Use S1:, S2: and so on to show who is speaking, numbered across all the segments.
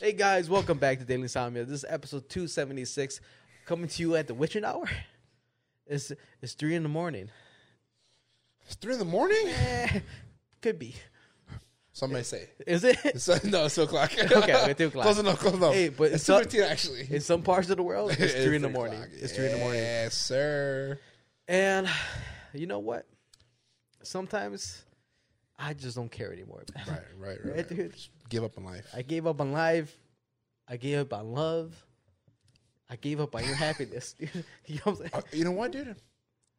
S1: Hey guys, welcome back to Daily Insomnia. This is episode 276, coming to you at the witching hour. It's it's three in the morning.
S2: It's three in the morning?
S1: Eh, could be.
S2: Some may say.
S1: Is it?
S2: It's, uh, no, it's two o'clock.
S1: Okay, okay, two o'clock.
S2: Close enough, close enough.
S1: Hey, but
S2: it's
S1: so-
S2: two fifteen actually.
S1: In some parts of the world, it's three in the
S2: three
S1: morning.
S2: o'clock.
S1: It's three in the morning.
S2: Yes, sir.
S1: And you know what? Sometimes I just don't care anymore. man.
S2: Right, right, right.
S1: Right, dude.
S2: Just give up on life.
S1: I gave up on life. I gave up on love. I gave up on your happiness. dude. you know what I'm saying?
S2: Uh, you know what, dude?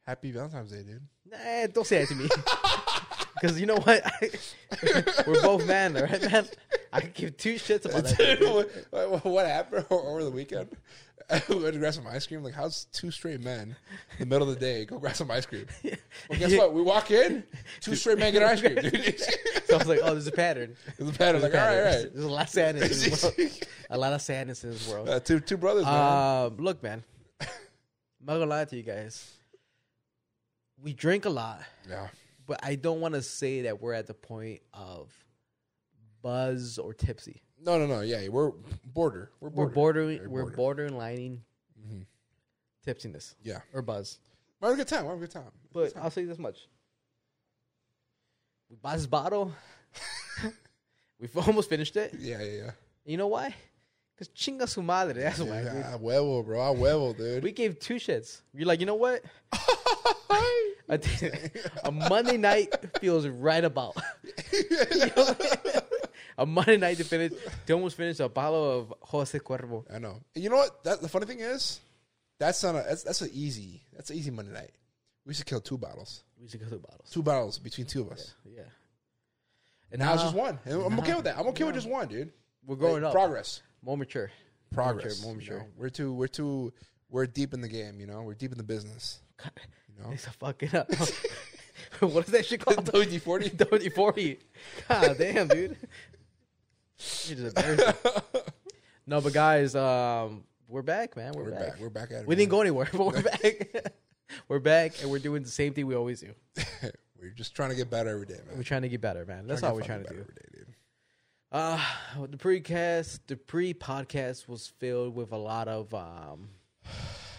S2: Happy Valentine's Day, dude.
S1: Nah, don't say that to me. Because you know what? we're both men, all right, man? I could give two shits about that.
S2: Dude, what, what- what happened o- over the weekend? I went to grab some ice cream. Like, how's two straight men in the middle of the day go grab some ice cream? Well, guess what? We walk in, two straight men get ice cream, dude. it's
S1: So I was like, oh, there's a pattern.
S2: a pattern. Like, all right, all right.
S1: There's a lot of sadness in this world. A lot of sadness in this world.
S2: Uh, two, two brothers, man.
S1: Um, look, man. I'm not gonna lie to you guys. We drink a lot,
S2: Yeah.
S1: but I don't want to say that we're at the point of buzz or tipsy.
S2: No, no, no. Yeah, we're border. We're border.
S1: We're bordering.
S2: Very
S1: We're
S2: border.
S1: borderlining
S2: Mhm.
S1: tipsiness
S2: Yeah,
S1: or buzz.
S2: we're having a good time. We're having a good time.
S1: But I'll say this much: we bought this bottle. We've almost finished it.
S2: Yeah, yeah, yeah.
S1: You know why? Because chinga su madre. That's why. dude.
S2: yeah I huevo, bro. I huevo, dude.
S1: We gave two shits. You're like, you know what? a, a Monday night feels right about. a Monday night to finish, to almost finish a bottle of Jose Cuervo.
S2: I know. And you know what? That, the funny thing is, that's not a that's that's an easy that's an easy Monday night. We should kill two bottles,
S1: We should go to bottles.
S2: two bottles between two of us.
S1: Yeah. And
S2: Now
S1: now
S2: it's just one. And I'm okay with that. I'm okay with just one, dude.
S1: We're growing
S2: Like,
S1: up,
S2: Progress.
S1: more mature.
S2: Progress.
S1: more
S2: you know?
S1: mature.
S2: We're too. We're too. We're deep in the game. You know. We're deep in the business. You know.
S1: It's a fucking up. what is that shit called?
S2: WD forty.
S1: Tony Forty. God damn, dude. You just embarrassed me. No, but guys, um, we're back, man. We're,
S2: We're
S1: back.
S2: back. We're back at it.
S1: We didn't
S2: man.
S1: go anywhere, but we're back. we're back, and we're doing the same thing we always do.
S2: we're just trying to get better every day, man.
S1: We're trying to get better, man. That's all we're trying to do.
S2: do.
S1: Uh, the precast, the pre-podcast was filled with a lot of um,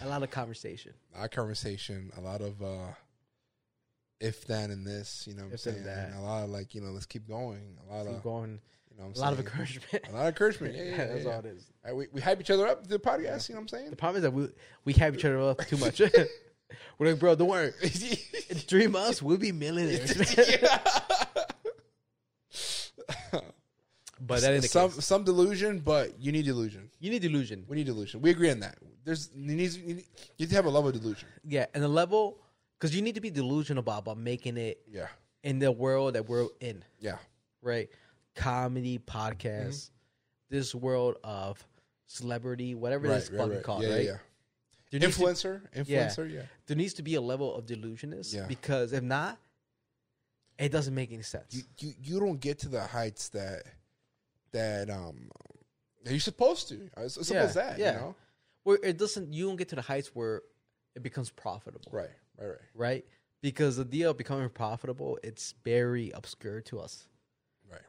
S1: a lot of conversation.
S2: A lot of conversation, a lot of uh if then and this, you know what I'm
S1: If, then,
S2: saying?
S1: that.
S2: A lot of like, you know, let's keep going. A lot
S1: Keep
S2: of
S1: going,
S2: you know what I'm
S1: a lot of
S2: saying?
S1: encouragement.
S2: a lot of encouragement. Yeah, yeah,
S1: yeah, that's
S2: yeah.
S1: all it is.
S2: All right, we, we hype each other up to the podcast, you know what
S1: The
S2: I'm
S1: problem is that we we have each other up too much. we're like, bro, don't worry.
S2: saying?
S1: In three months, we'll be millionaires. but that ain't the
S2: some
S1: case.
S2: some delusion, but you need delusion.
S1: You need delusion.
S2: We need delusion. We agree on that. There's you need you need, you need to have a level of delusion.
S1: Yeah, and the level, because you need to be delusional about, about making it
S2: Yeah.
S1: in the world that we're in,
S2: Yeah.
S1: right? Comedy, podcasts, this world of celebrity, whatever
S2: Right,
S1: this
S2: right,
S1: fucking
S2: right.
S1: called,
S2: yeah,
S1: right?
S2: yeah,
S1: There,
S2: yeah.
S1: needs to,
S2: Influencer,
S1: Yeah.
S2: influencer, yeah.
S1: there needs to be a level of delusionness
S2: Yeah.
S1: because if not, it doesn't make any sense.
S2: you, you you don't get to the heights that that um that you're supposed to. Uh, It's, it's
S1: Yeah,
S2: simple as that,
S1: yeah.
S2: you know.
S1: where it doesn't, you don't get to the heights where it becomes profitable.
S2: Right, right, right,
S1: right? Because the deal of becoming profitable, it's very obscure to us
S2: right.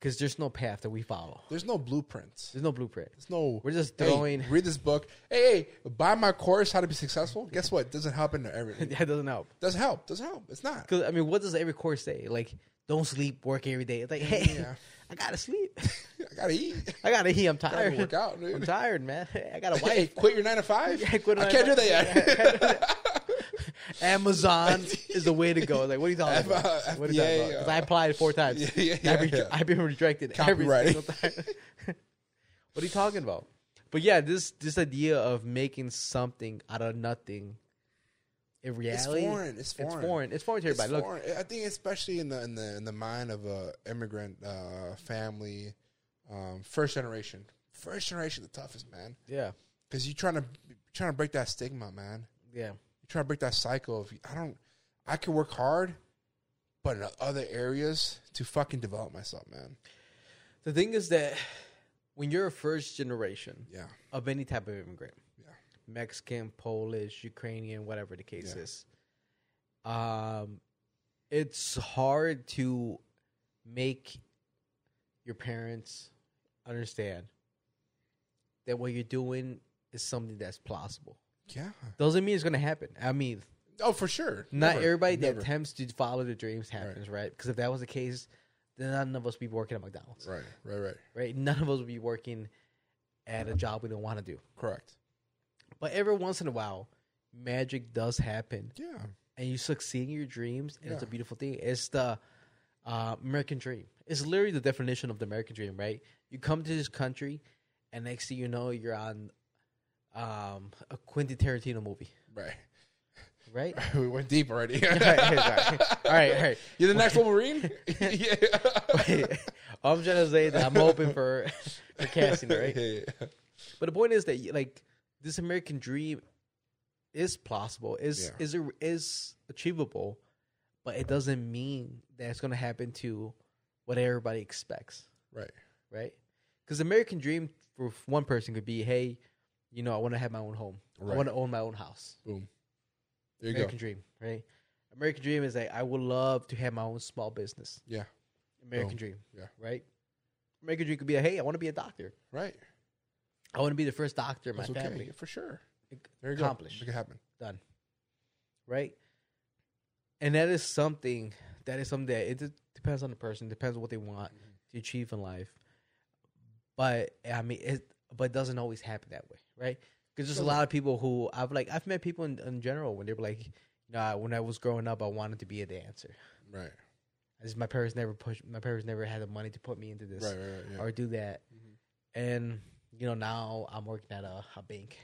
S1: because there's no path that we follow.
S2: There's no blueprints.
S1: There's no blueprint.
S2: There's no.
S1: We're just
S2: hey,
S1: throwing.
S2: read this book. Hey, hey, buy my course, How to Be Successful. Guess what? Doesn't help in everything.
S1: that doesn't help.
S2: Doesn't help. Doesn't help. It's not.
S1: Because I mean, what does every course say? Like, don't sleep, work every day. It's like, hey,
S2: Yeah.
S1: I gotta sleep.
S2: I gotta eat.
S1: I gotta eat. I'm
S2: I gotta
S1: tired.
S2: work out,
S1: I'm
S2: dude.
S1: tired, man. I got a
S2: Hey,
S1: wife.
S2: quit your nine to five.
S1: Yeah, quit
S2: I
S1: my-
S2: can't do that yet.
S1: Amazon is the way to go. Like, what are you talking
S2: F-
S1: about?
S2: uh,
S1: what are you talking
S2: FBA,
S1: about? 'Cause
S2: uh,
S1: I applied four times.
S2: Yeah, yeah,
S1: And I've, been,
S2: yeah.
S1: I've been rejected
S2: Copyright.
S1: every single time. what are you talking about? But yeah, this this idea of making something out of nothing in reality.
S2: foreign. It's
S1: It's
S2: foreign.
S1: foreign. It's foreign to
S2: It's
S1: everybody. Look,
S2: foreign. I think especially in the in the in the mind of a immigrant uh, family, um, first generation. First generation, the toughest man,
S1: yeah,
S2: because you're trying to trying to break that stigma, man.
S1: yeah.
S2: You're trying to break that cycle of I don't, I can work hard, but in other areas to fucking develop myself, man.
S1: The thing is that when you're a first generation
S2: Yeah,
S1: of any type of immigrant,
S2: yeah,
S1: Mexican, Polish, Ukrainian, whatever the case
S2: Yeah.
S1: is. Um, it's hard to make your parents understand that what you're doing is something that's plausible.
S2: Yeah.
S1: Doesn't mean it's gonna happen. I mean,
S2: Oh, for sure.
S1: not
S2: Never.
S1: everybody
S2: Never.
S1: that attempts to follow their dreams happens, right? Because if that was the case, then none of us would be working at McDonald's,
S2: Right. Right. Right.
S1: right? None of us would be working at a job we don't want to do.
S2: Correct.
S1: But every once in a while, magic does happen,
S2: Yeah.
S1: and you succeed in your dreams, and it's a
S2: Yeah.
S1: beautiful thing. It's the uh, American dream. It's literally the definition of the American dream, right? You come to this country, and next thing you know, you're on um, a Quentin Tarantino movie,
S2: Right.
S1: right?
S2: we went deep already.
S1: right. All right, all right.
S2: You're the next Wolverine. yeah.
S1: I'm trying to say that I'm open for, for casting, right?
S2: Yeah, yeah.
S1: But the point is that like this American dream is plausible, is
S2: Yeah.
S1: is is achievable, but it doesn't mean that it's going to happen to what everybody expects,
S2: Right.
S1: right? Because American dream for one person could be, hey, you know, I want to have my own home, I
S2: Right.
S1: want to own my own house.
S2: Boom. There you
S1: American dream, right? American dream is like I would love to have my own small business.
S2: Yeah.
S1: American
S2: Boom.
S1: dream.
S2: Yeah.
S1: Right. American dream could be, hey, I want to be a doctor.
S2: go. Right.
S1: I want to be the first doctor in my
S2: That's okay.
S1: family.
S2: For sure. There you
S1: Accomplished.
S2: go. It could happen.
S1: Done. Right. And that is something that is something that it d- depends on the person, depends on what they want
S2: Mm-hmm.
S1: to achieve in life. But I mean, it but it doesn't always happen that way, right? Because there's a lot of people who I've like I've met people in, in general when they were like, nah, when I was growing up, I wanted to be a dancer.
S2: Right.
S1: I just- my parents never pushed. My parents never had the money to put me into this.
S2: Right. Right. right yeah.
S1: or do that.
S2: Mhm.
S1: And you know, now I'm working at a, a bank.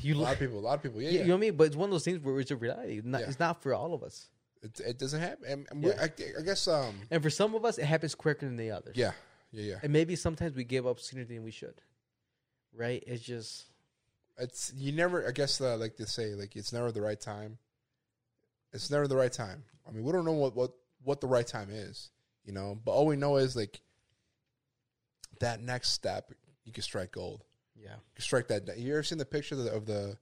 S1: you
S2: A lot
S1: like,
S2: of people. A lot of people. Yeah.
S1: you
S2: yeah.
S1: know what I mean? But it's one of those things where it's a reality. Not,
S2: Yeah.
S1: It's not for all of us,
S2: It, it doesn't happen. And, and we're- I, I guess. Um.
S1: and for some of us, it happens quicker than the others.
S2: Yeah. Yeah. Yeah.
S1: and maybe sometimes we give up sooner than we should. Right? It's just
S2: It's you never. I guess. Uh, like they say. Like it's never the right time. It's never the right time. I mean, we don't know what what what the right time is. You know. But all we know is like that next step. You can strike gold.
S1: yeah,
S2: strike that. di- You ever seen the picture of the of the,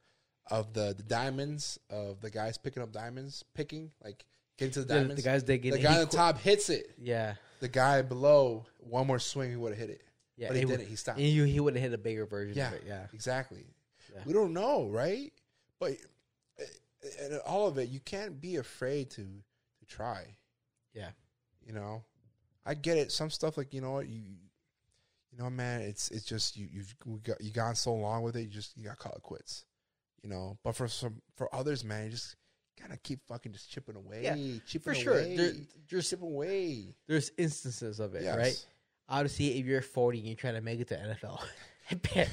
S2: of the, the diamonds of the guys picking up diamonds, picking like get into the
S1: the,
S2: diamonds.
S1: the guys digging.
S2: the
S1: he
S2: guy on the
S1: qu-
S2: top hits it.
S1: Yeah,
S2: The guy below, one more swing, he would have hit it.
S1: yeah.
S2: but he
S1: it would-
S2: didn't. He stopped.
S1: And you, he would have hit a bigger version.
S2: yeah,
S1: of it. yeah.
S2: exactly.
S1: Yeah.
S2: We don't know, right? But uh, and all of it, you can't be afraid to to try.
S1: Yeah.
S2: you know, I get it. Some stuff like you know what you. You know, man, it's it's just you you've we got you gone so long with it. You just you got caught it quits, you know. But for some for others, man, you just gotta keep fucking just chipping away,
S1: Yeah,
S2: chipping
S1: For sure,
S2: away,
S1: there, there's
S2: chipping away.
S1: there's instances of it,
S2: Yes.
S1: right? Obviously, if you're 40 and you're trying to make it to NFL, my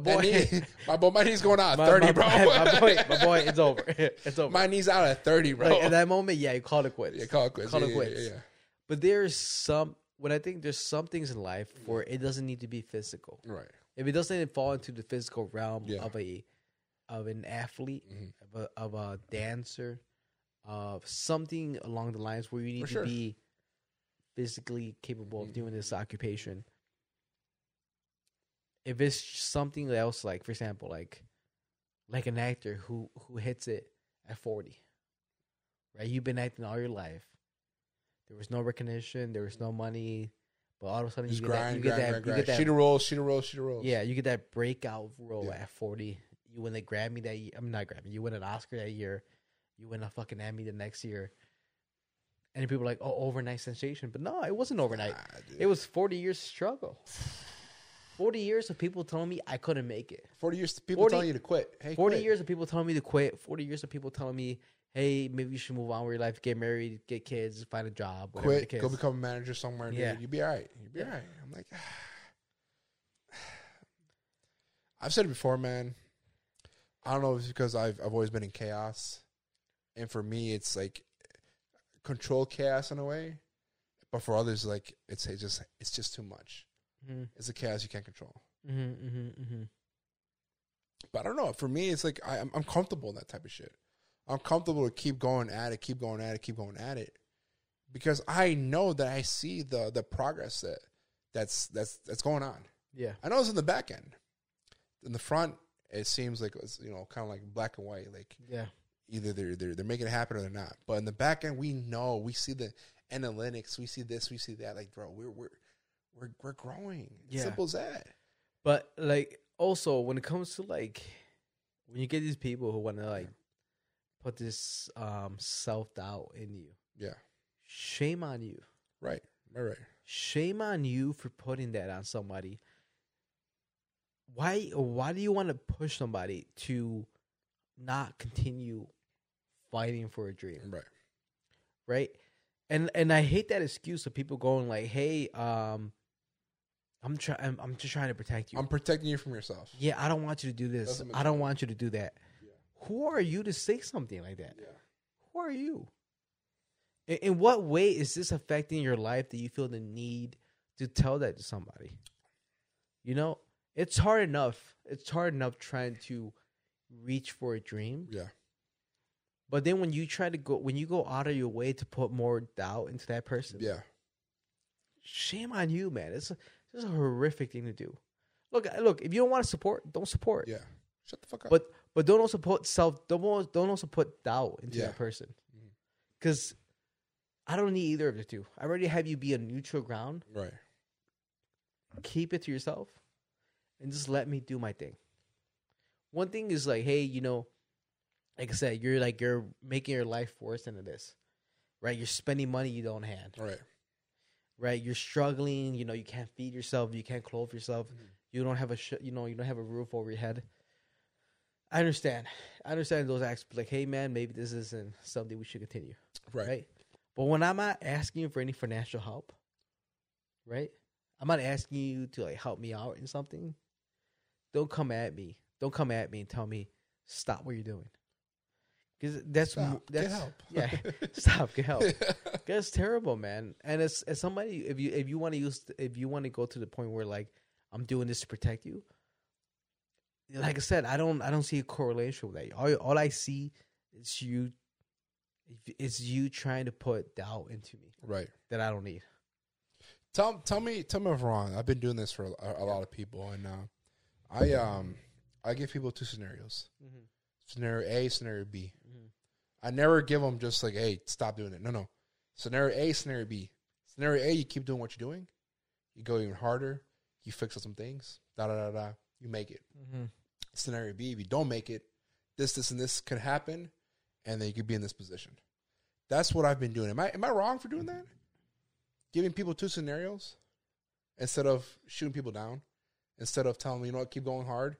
S2: That
S1: boy,
S2: knee- my boy, my knee's going out at
S1: my,
S2: thirty,
S1: my-
S2: bro.
S1: my boy, my boy, it's over. It's over.
S2: my knee's out at thirty, bro.
S1: like, at that moment, yeah, you call it quits.
S2: yeah, call it quits.
S1: call
S2: yeah,
S1: it
S2: yeah,
S1: quits.
S2: Yeah, yeah.
S1: But there's some. What I think there's some things in life where it doesn't need to be physical.
S2: Right.
S1: If it doesn't fall into the physical realm
S2: Yeah.
S1: of a of an athlete,
S2: Mhm.
S1: of, a, of a dancer, of something along the lines where you need
S2: For
S1: to
S2: sure.
S1: be physically capable of doing this occupation. If it's something else, like for example, like like an actor who who hits it at forty, right? You've been acting all your life. There was no recognition. There was no money. But all of a sudden,
S2: Just
S1: you get that.
S2: grind,
S1: You
S2: grind,
S1: get that.
S2: grind,
S1: you
S2: grind.
S1: get that
S2: Shoot a roll, shoot a roll, shoot a roll.
S1: yeah, you get that breakout role
S2: Yeah.
S1: at 40. You win the Grammy that year. I'm not Grammy. You win an Oscar that year. You win a fucking Emmy the next year. And people are like, oh, overnight sensation. But no, it wasn't overnight.
S2: Nah, dude.
S1: It was 40 years struggle. 40 years of people telling me I couldn't make it.
S2: Forty years. People
S1: 40
S2: telling you to quit. Hey,
S1: 40
S2: quit.
S1: years of people telling me to quit. 40 years of people telling me, hey, maybe you should move on with your life, get married, get kids, find a job, whatever the
S2: quit,
S1: case.
S2: go become a manager somewhere, dude.
S1: Yeah.
S2: You'd be all right. You'd be
S1: Yeah.
S2: all right. I'm like, I've said it before, man. I don't know if it's because I've I've always been in chaos, and for me, it's like control chaos in a way, but for others, like it's, it's just it's just too much.
S1: hmm
S2: It's a chaos you can't control.
S1: hmm hmm
S2: But I don't know. For me, it's like I, I'm, I'm comfortable in that type of shit. I'm comfortable to keep going at it, keep going at it, keep going at it, because I know that I see the the progress that that's that's that's going on.
S1: Yeah.
S2: I know it's in the back end. In the front, it seems like it's you know kind of like black and white. Like
S1: Yeah.
S2: either they're they're they're making it happen or they're not. But in the back end, we know we see the analytics, we see this, we see that. Like bro, we're we're we're we're growing. It's
S1: Yeah.
S2: Simple as that.
S1: But like also when it comes to like when you get these people who want to like put this um self doubt in you,
S2: Yeah.
S1: shame on you.
S2: Right. Right. Right.
S1: Shame on you for putting that on somebody. Why why do you want to push somebody to not continue fighting for a dream?
S2: Right.
S1: right? And and I hate that excuse of people going like, "Hey, um, I'm trying. I'm, I'm just trying to protect you.
S2: I'm protecting you from yourself.
S1: yeah, I don't want you to do this.
S2: Doesn't make
S1: I don't
S2: sense.
S1: want you to do that.
S2: Yeah.
S1: Who are you to say something like that?
S2: Yeah.
S1: Who are you? In, in what way is this affecting your life that you feel the need to tell that to somebody? You know, it's hard enough. It's hard enough trying to reach for a dream.
S2: Yeah.
S1: But then when you try to go when you go out of your way to put more doubt into that person,
S2: Yeah.
S1: shame on you, man. It's a, it's a horrific thing to do. Look, look. If you don't want to support, don't support.
S2: Yeah. Shut the fuck up.
S1: But but don't also put self. Don't al- don't also put doubt into
S2: Yeah.
S1: that person.
S2: Mhm.
S1: Because I don't need either of the two. I already have you be a neutral ground.
S2: right.
S1: Keep it to yourself, and just let me do my thing. One thing is like, hey, you know, like I said, you're like you're making your life worse than it is, right? You're spending money you don't have.
S2: Right.
S1: right? You're struggling. You know, you can't feed yourself. You can't clothe yourself.
S2: Mhm.
S1: You don't have a sh- you know you don't have a roof over your head. I understand. I understand those acts. Like, hey man, maybe this isn't something we should continue,
S2: Right.
S1: right? But when I'm not asking you for any financial help, right? I'm not asking you to like help me out in something. Don't come at me. Don't come at me and tell me stop what you're doing. Because that's
S2: Stop.
S1: that's
S2: Get help.
S1: yeah. Stop. Get help. That's terrible, man. And as as somebody, if you if you want to use if you want to go to the point where like I'm doing this to protect you, like I said, I don't I don't see a correlation with that. All all I see is you, it's you trying to put doubt into me
S2: right.
S1: that I don't need.
S2: Tell tell me tell me if I'm wrong. I've been doing this for a, a lot of people, and uh, I um I give people two scenarios: scenario A, scenario B.
S1: Mm-hmm.
S2: I never give them just like, hey, stop doing it. No, no. Scenario A, scenario B. Scenario A, you keep doing what you're doing. You go even harder. You fix up some things. Da da da da. You make it. Scenario B, if you don't make it, this, this, and this could happen, and then you could be in this position. That's what I've been doing. Am I am I wrong for doing that? Giving people two scenarios instead of shooting people down, instead of telling them, you know what, keep going hard.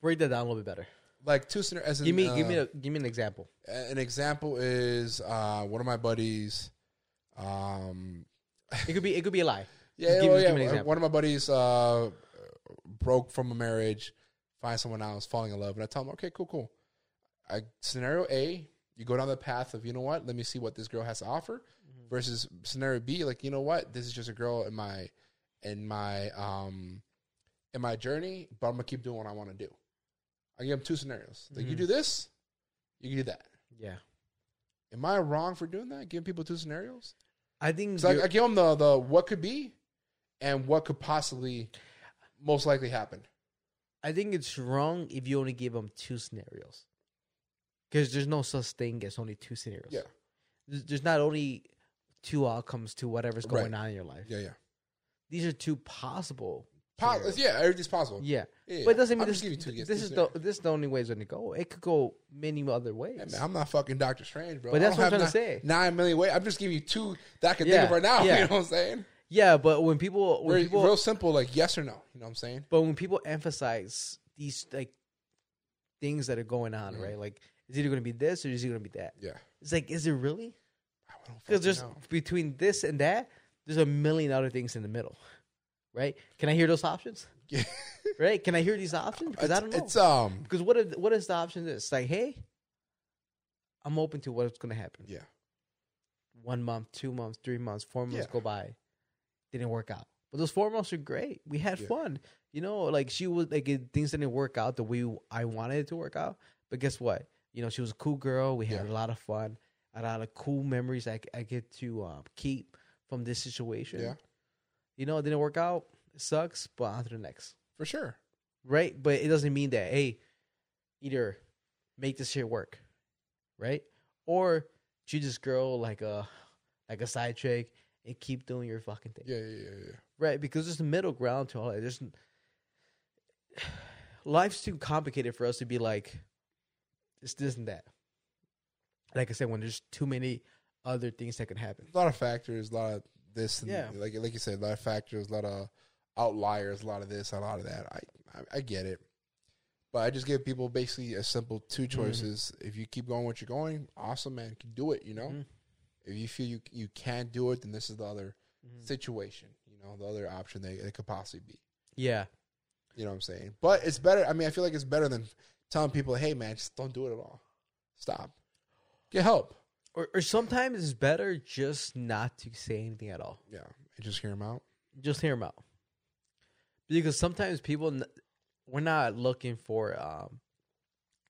S1: Break that down a little bit better.
S2: Like two scenarios.
S1: Give me give me a, give me an example.
S2: uh, an example is uh, one of my buddies. Um,
S1: It could be it could be a lie.
S2: yeah,
S1: Give-
S2: well,
S1: give
S2: yeah.
S1: me an example.
S2: One of my buddies uh, broke from a marriage, finds someone else, falling in love, and I tell him, okay, cool, cool. I, scenario A, you go down the path of you know what, let me see what this girl has to offer,
S1: Mm-hmm.
S2: versus scenario B, like you know what, this is just a girl in my in my um in my journey, but I'm gonna keep doing what I want to do. I give him two scenarios. Like you
S1: Mhm.
S2: do this, you can do that.
S1: Yeah,
S2: Am I wrong for doing that? Giving people two scenarios?
S1: I think
S2: So I,
S1: you're-
S2: I give them the, the what could be and what could possibly most likely happen.
S1: I think it's wrong if you only give them two scenarios. Because there's no such thing as only two scenarios.
S2: Yeah.
S1: There's there's not only two outcomes to whatever's
S2: Right.
S1: going on in your life.
S2: Yeah, yeah.
S1: These are two possible.
S2: Po-
S1: scenarios.
S2: yeah, everything's possible. Yeah,
S1: Yeah.
S2: yeah.
S1: But it doesn't mean
S2: I'm
S1: this,
S2: just giving you two,
S1: this,
S2: yes, two
S1: is the, this is the only way it's going to go. It could go many other ways.
S2: scenarios. Hey, man, I'm not fucking Doctor Strange, bro.
S1: But
S2: I
S1: that's
S2: don't
S1: what I'm
S2: have
S1: trying
S2: ni-
S1: to say.
S2: Nine million ways. I'm just giving you two that I can
S1: Yeah,
S2: think of right now.
S1: yeah.
S2: You know what I'm saying?
S1: yeah, but when people when
S2: Very,
S1: people
S2: real simple, like yes or no. You know what I'm saying?
S1: but when people emphasize these like things that are going on,
S2: Mhm.
S1: right? Like is either going to be this or is it going to be that?
S2: Yeah.
S1: It's like is it really?
S2: I don't fucking
S1: Because there's
S2: know.
S1: between this and that, there's a million other things in the middle, right? Can I hear those options?
S2: Yeah.
S1: Right? Can I hear these options? Because I
S2: It's-
S1: don't know.
S2: It's um
S1: Because what if, what is the option? This like, hey, I'm open to what's going to happen.
S2: Yeah.
S1: One month, two months, three months, four months
S2: Yeah.
S1: go by, didn't work out. But those four months were great. We had
S2: Yeah.
S1: fun. You know, like she was like it, things didn't work out the way I wanted it to work out. But guess what? You know, she was a cool girl. We had
S2: Yeah.
S1: a lot of fun. A lot of cool memories I, I get to um, keep from this situation.
S2: Yeah.
S1: You know, it didn't work out. It sucks, but on to the next
S2: for sure.
S1: right? But it doesn't mean that hey, either make this shit work, right? Or you just grow like a like a side chick and keep doing your fucking thing,
S2: Yeah, yeah, yeah, yeah.
S1: right? Because there's a middle ground to all that. There's life's too complicated for us to be like this, this, and that. Like I said, when there's too many other things that could happen.
S2: a lot of factors, a lot of this. And
S1: Yeah.
S2: Like like you said, a lot of factors, a lot of outliers, a lot of this, a lot of that. I I, I get it, but I just give people basically a simple two choices. If you keep going what you're going, awesome, man, can do it. You know,
S1: Mhm.
S2: if you feel you you can't do it, then this is the other
S1: Mhm.
S2: situation. You know, the other option that it could possibly be.
S1: Yeah,
S2: You know what I'm saying? But it's better. I mean, I feel like it's better than telling people, "Hey, man, just don't do it at all. Stop. Get help."
S1: or or sometimes it's better just not to say anything at all.
S2: Yeah, and just hear them out.
S1: just hear them out because sometimes people n- we're not looking for um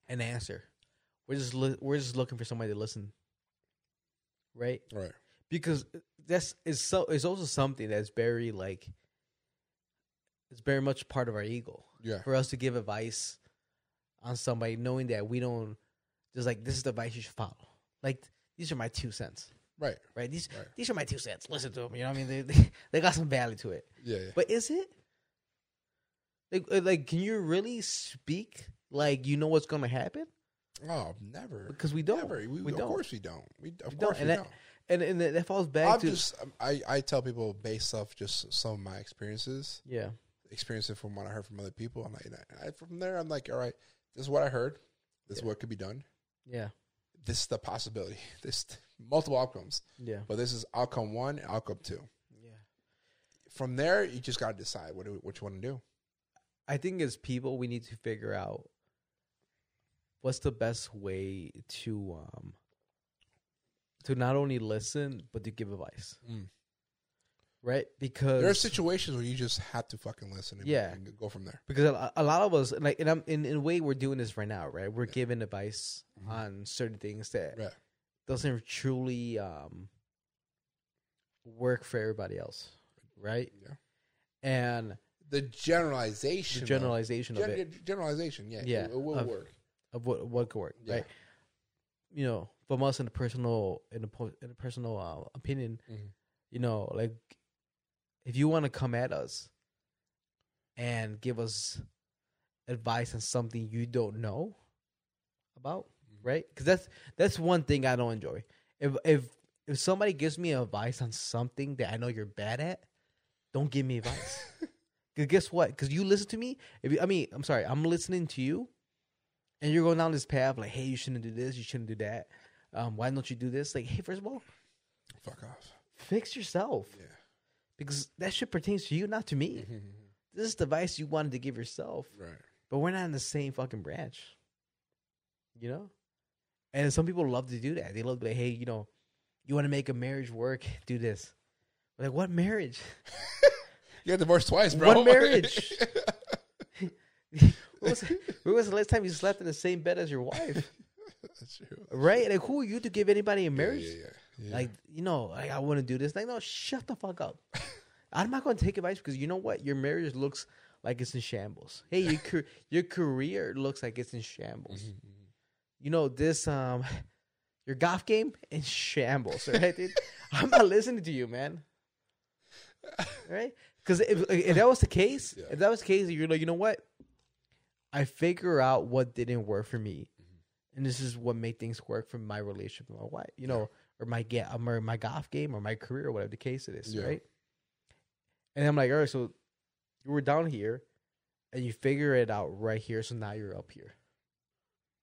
S1: an answer we're just li- we're just looking for somebody to listen right
S2: All right.
S1: because uh, that's is so it's also something that's very like it's very much part of our ego
S2: Yeah.
S1: for us to give advice on somebody knowing that we don't just like this is the advice you should follow like these are my two cents
S2: Right.
S1: right these
S2: Right.
S1: these are my two cents listen to them you know what i mean they, they, they got some value to it
S2: Yeah. yeah.
S1: but is it? Like, uh, like, can you really speak like you know what's going to happen?
S2: Oh, never.
S1: Because we don't.
S2: Never. We,
S1: we
S2: of
S1: don't.
S2: course we don't. We of
S1: We don't.
S2: course
S1: And
S2: we
S1: that-
S2: don't.
S1: And and that that falls back
S2: I'm
S1: to
S2: just I, I tell people based off just some of my experiences,
S1: yeah,
S2: experiences from what I heard from other people. I'm like, and I, I- from there, I'm like, all right, this is what I heard. This is what could be done.
S1: yeah,
S2: This is the possibility. This multiple outcomes,
S1: yeah,
S2: but this is outcome one, and outcome two.
S1: yeah.
S2: From there, you just got to decide what do- what you want to do.
S1: I think as people, we need to figure out what's the best way to um to not only listen but to give advice,
S2: Mm.
S1: right? Because
S2: There are situations where you just have to fucking listen. And
S1: Yeah.
S2: and go from there.
S1: because a, a lot of us like and I'm in, in a way we're doing this right now, right? We're giving advice
S2: Mm-hmm.
S1: on certain things that
S2: Right.
S1: doesn't truly um, work for everybody else, right?
S2: Yeah.
S1: And
S2: The generalization.
S1: the
S2: of-
S1: generalization of
S2: gen-
S1: it
S2: generalization. Yeah.
S1: Yeah,
S2: It, it will
S1: of-
S2: work.
S1: of what what could work,
S2: Yeah.
S1: right? You know, from us in the personal in the, po- in the personal uh, opinion,
S2: Mhm.
S1: you know, like if you want to come at us and give us advice on something you don't know about, right? Because that's that's one thing I don't enjoy. If if if somebody gives me advice on something that I know you're bad at, don't give me advice. 'Cause guess what? Because you listen to me. If you, I mean, I'm sorry, I'm listening to you, and you're going down this path like, hey, you shouldn't do this, you shouldn't do that. Um, why don't you do this? Like, hey, first of all,
S2: Fuck off.
S1: fix yourself
S2: Yeah.
S1: because that shit pertains to you, not to me. This is the advice you wanted to give yourself,
S2: Mm-hmm. Right.
S1: but we're not in the same fucking branch, you know. And some people love to do that. They love to be like, hey, you know, you want to make a marriage work, do this. Like, what marriage?
S2: You got divorced twice, bro.
S1: One marriage. when, was, when was the last time you slept in the same bed as your wife?
S2: That's true.
S1: Right? Like, who are you to give anybody a marriage?
S2: Yeah, yeah, yeah. Yeah.
S1: Like, you know, like, I want to do this. Like, no, shut the fuck up. I'm not going to take advice because you know what? Your marriage looks like it's in shambles. Hey, your, car- your career looks like it's in shambles.
S2: Mm-hmm.
S1: You know, this, um, your golf game in shambles, right? dude? I'm not listening to you, man. Right? Because if, if that was the case,
S2: Yeah.
S1: if that was the case, you're like, you know what? I figure out what didn't work for me,
S2: Mm-hmm.
S1: and this is what made things work for my relationship with my wife, you know, or my ga- um, or my golf game, or my career, or whatever the case it is,
S2: Yeah.
S1: right? And I'm like, all right, so you were down here, and you figure it out right here, so now you're up here,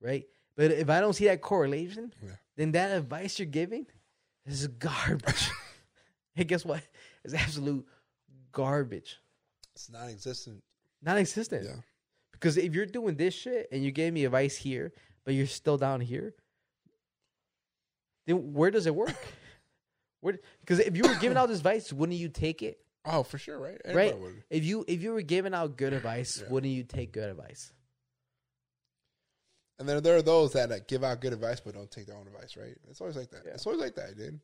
S1: right? But if I don't see that correlation,
S2: Yeah.
S1: then that advice you're giving is garbage. and guess what? It's absolute garbage,
S2: It's non-existent.
S1: non-existent.
S2: Yeah.
S1: Because if you're doing this shit and you gave me advice here, but you're still down here, then where does it work? where? Because if you were giving out this advice, wouldn't you take it?
S2: Oh, for sure, right?
S1: Right.
S2: Everybody would.
S1: If you if you were giving out good advice,
S2: Yeah.
S1: wouldn't you take good advice?
S2: And then there are those that like, give out good advice but don't take their own advice, right? It's always like that.
S1: Yeah.
S2: It's always like that, dude.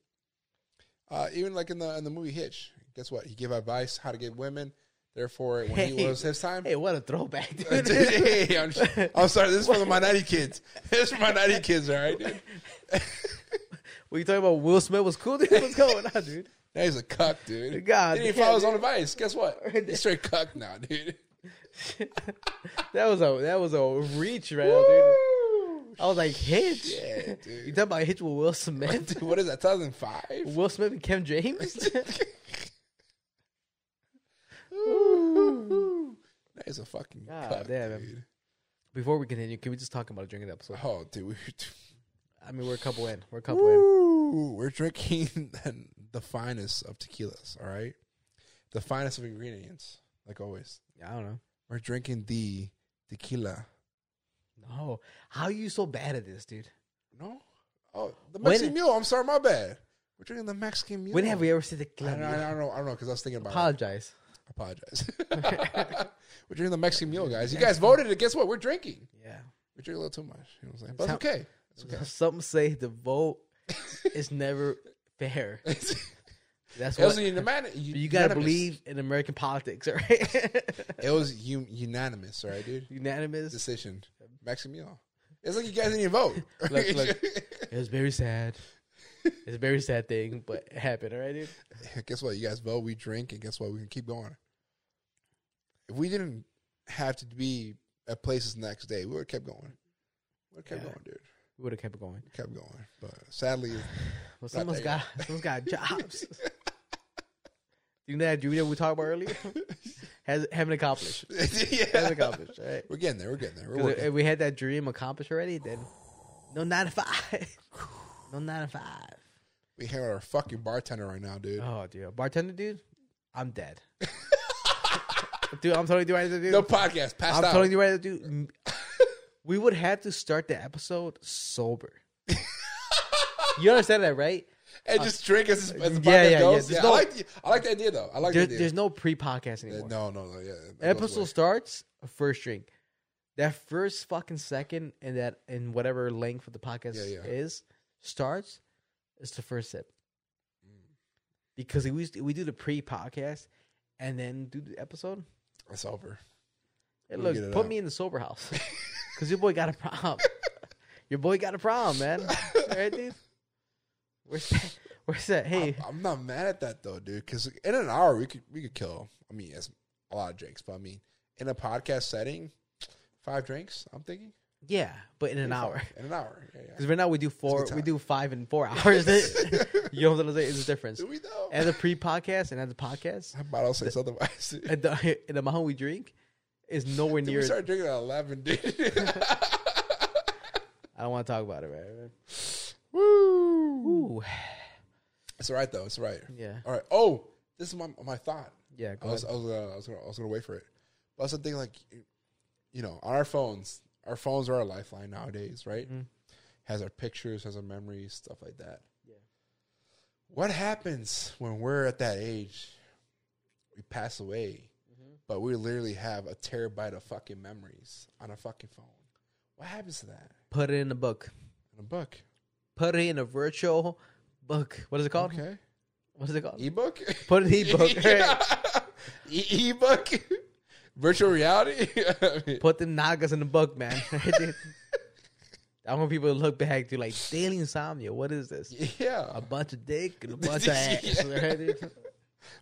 S2: Uh, even like in the in the movie Hitch, guess what? He gave advice how to get women. Therefore, when he
S1: Hey.
S2: was his time.
S1: Hey, what a throwback!
S2: Hey,
S1: Dude.
S2: I'm, just- I'm sorry. This is for my ninety kids. This is for my ninety kids, all right, dude.
S1: what you talking about? Will Smith was cool. Dude? What's going on, dude?
S2: Now he's a cuck, dude.
S1: God
S2: He didn't
S1: damn,
S2: follow his own advice. Guess what? He's straight cuck now, dude.
S1: that was a that was a reach right now, dude. Oh,
S2: Woo!
S1: I was like, Hitch?
S2: Shit,
S1: You
S2: dude.
S1: talking about Hitch with Will Smith?
S2: Dude, what is that? 2005.
S1: Will Smith and Kim James?
S2: That is a fucking
S1: God
S2: cut,
S1: damn.
S2: dude.
S1: Before we continue, can we just talk about a drinking episode?
S2: Oh, dude. we-
S1: I mean, we're a couple in. We're a couple in.
S2: Woo! We're drinking the- the finest of tequilas, all right? The finest of ingredients, like always.
S1: I don't know.
S2: We're drinking the tequila.
S1: No, how are you so bad at this, dude?
S2: No? Oh, the
S1: When-
S2: Mexican mule. I'm sorry, my bad. We're drinking the Mexican mule.
S1: When have we ever said the
S2: I don't,
S1: club?
S2: know- I don't know. I don't know because I was thinking about it.
S1: Apologize.
S2: apologize. we're drinking the Mexican mule, guys. You guys voted, and guess what? We're drinking.
S1: Yeah.
S2: We drink a little too much. You know what I'm saying? But it's okay. It's okay.
S1: Some say the vote is never fair. That's
S2: it
S1: what.
S2: was unanimous.
S1: But you gotta believe in American politics, all right?
S2: it was u- unanimous, all right, dude?
S1: Unanimous.
S2: Decision. Mexican mule. It's like you guys didn't even vote.
S1: Look, look. It was very sad. It's a very sad thing, but it happened, all right, dude.
S2: guess what? You guys vote, we drink, and guess what? We can keep going. If we didn't have to be at places next day, we would have kept going. We would have kept
S1: Yeah.
S2: going, dude.
S1: We would have kept it going.
S2: Kept going. But sadly,
S1: Well, someone's
S2: there
S1: got someone's got jobs. you know that Junior we talked about earlier has haven't accomplished. Haven't
S2: yeah.
S1: accomplished, all right?
S2: We're getting there. We're getting there. We're
S1: 'Cause
S2: working.
S1: if we had that dream accomplished already, then no nine to five, no nine to five.
S2: We hang out with our fucking bartender right now, dude.
S1: Oh, dude, A bartender, dude, I'm dead. dude, I'm totally doing anything, dude.
S2: No podcast. Passed
S1: I'm
S2: out.
S1: telling you right, dude. We would have to start the episode sober. you understand that, right?
S2: and just drink as, as the podcast
S1: yeah, yeah, yeah.
S2: goes.
S1: There's
S2: Yeah,
S1: no-
S2: I, like the, I like the idea though. I like
S1: There,
S2: the
S1: there's
S2: idea.
S1: no pre-podcast
S2: Uh,
S1: anymore.
S2: No, no, no. Yeah, that goes
S1: Episode
S2: away.
S1: starts first drink. That first fucking second and that in whatever length of the podcast
S2: Yeah, yeah.
S1: is starts is the first sip.
S2: Mm.
S1: Because we used to- we do the pre-podcast and then do the episode.
S2: It's over.
S1: Hey,
S2: We'll
S1: look,
S2: get it
S1: put
S2: out.
S1: me in the sober house. Because your boy got a problem. your boy got a problem, man. All right, dude? Where's that? Where's that? Hey,
S2: I'm not mad at that though, dude. Because in an hour we could we could kill. I mean, it's a lot of drinks, but I mean, in a podcast setting, five drinks. I'm thinking
S1: yeah, but in an hour.
S2: in an hour. Yeah, yeah.
S1: Because right now we do four,
S2: good
S1: we
S2: time.
S1: do five and four hours. you know what I'm saying? It's a difference.
S2: Do we know?
S1: As a pre-podcast and as a podcast,
S2: How about I'll say something otherwise?
S1: and the, and the amount we drink is nowhere
S2: Dude, we
S1: near.
S2: started drinking at eleven, dude.
S1: I don't want to talk about it,
S2: Mm.
S1: man.
S2: Woo!
S1: Ooh,
S2: It's all right though. It's all right.
S1: yeah,
S2: All right. Oh, this is my my thought.
S1: yeah.
S2: I
S1: Go
S2: was,
S1: ahead.
S2: I was, uh, I was, gonna, I was gonna wait for it. But I was thinking, like, you know, on our phones, our phones are our lifeline nowadays, right?
S1: Mhm.
S2: Has our pictures, has our memories, stuff like that.
S1: Yeah.
S2: What happens when we're at that age? We pass away,
S1: Mhm.
S2: but we literally have a terabyte of fucking memories on a fucking phone. What happens to that
S1: Put it in a book.
S2: in a book?
S1: Put it in a virtual book. What is it called?
S2: Okay,
S1: What is it called?
S2: ebook.
S1: Put it in a book.
S2: Yeah. E- ebook, virtual reality. I mean,
S1: Put the nagas in the book, man. I want people to look back to like daily insomnia. What is this?
S2: yeah,
S1: A bunch of dick and a bunch of ass. right, dude?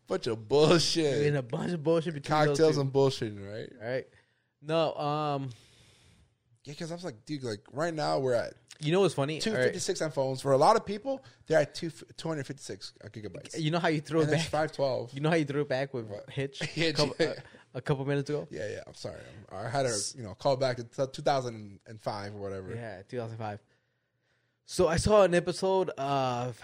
S2: Bunch of
S1: And
S2: bullshit.
S1: a bunch of bullshit between
S2: Cocktails
S1: Cocktails those
S2: and bullshit, right?
S1: two. All right. No, um,
S2: Yeah, because I was like, dude, like right now we're at
S1: you know what's funny? All right.
S2: 256 on phones. For a lot of people, they're at two, 256 gigabytes.
S1: You know how you threw it
S2: And it's
S1: back?
S2: 512.
S1: You know how you threw it back with
S2: What?
S1: Hitch,
S2: Hitch,
S1: a, couple, uh,
S2: yeah.
S1: a, a couple minutes ago?
S2: Yeah, yeah. I'm sorry. I'm, I had a you know call back to t- 2005 or whatever.
S1: Yeah, 2005. So I saw an episode of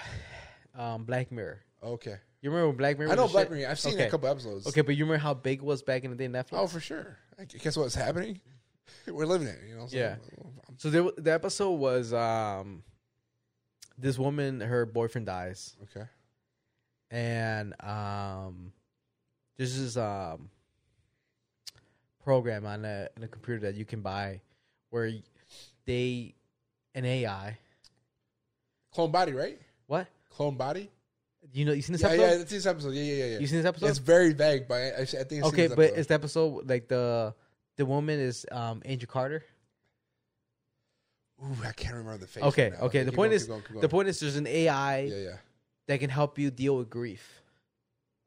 S1: um, Black Mirror.
S2: Okay.
S1: You remember when Black Mirror?
S2: I know
S1: was a
S2: Black
S1: shit?
S2: Mirror. I've seen
S1: Okay.
S2: a couple episodes.
S1: Okay, but you remember how big it was back in the day Netflix?
S2: Oh, for sure. I gu- guess what's happening? We're living it. You know. So
S1: Yeah.
S2: I'm-
S1: So there, the episode was um, this woman, her boyfriend dies,
S2: okay.
S1: and um, this is um program on a, on a computer that you can buy where they an AI.
S2: Clone body, right?
S1: What
S2: Clone body.
S1: you know? You seen this
S2: Yeah,
S1: episode?
S2: yeah. It's this episode. Yeah, yeah, yeah.
S1: You
S2: yeah.
S1: seen this episode?
S2: It's very vague, but I, I think. I've seen
S1: okay,
S2: this
S1: but
S2: episode.
S1: it's the episode like the the woman is um Angel Carter.
S2: Ooh, I can't remember the face.
S1: Okay,
S2: right now.
S1: okay. The
S2: Keep
S1: point
S2: going,
S1: is,
S2: keep going, keep
S1: the
S2: going.
S1: point is, there's an AI
S2: Yeah, yeah.
S1: that can help you deal with grief.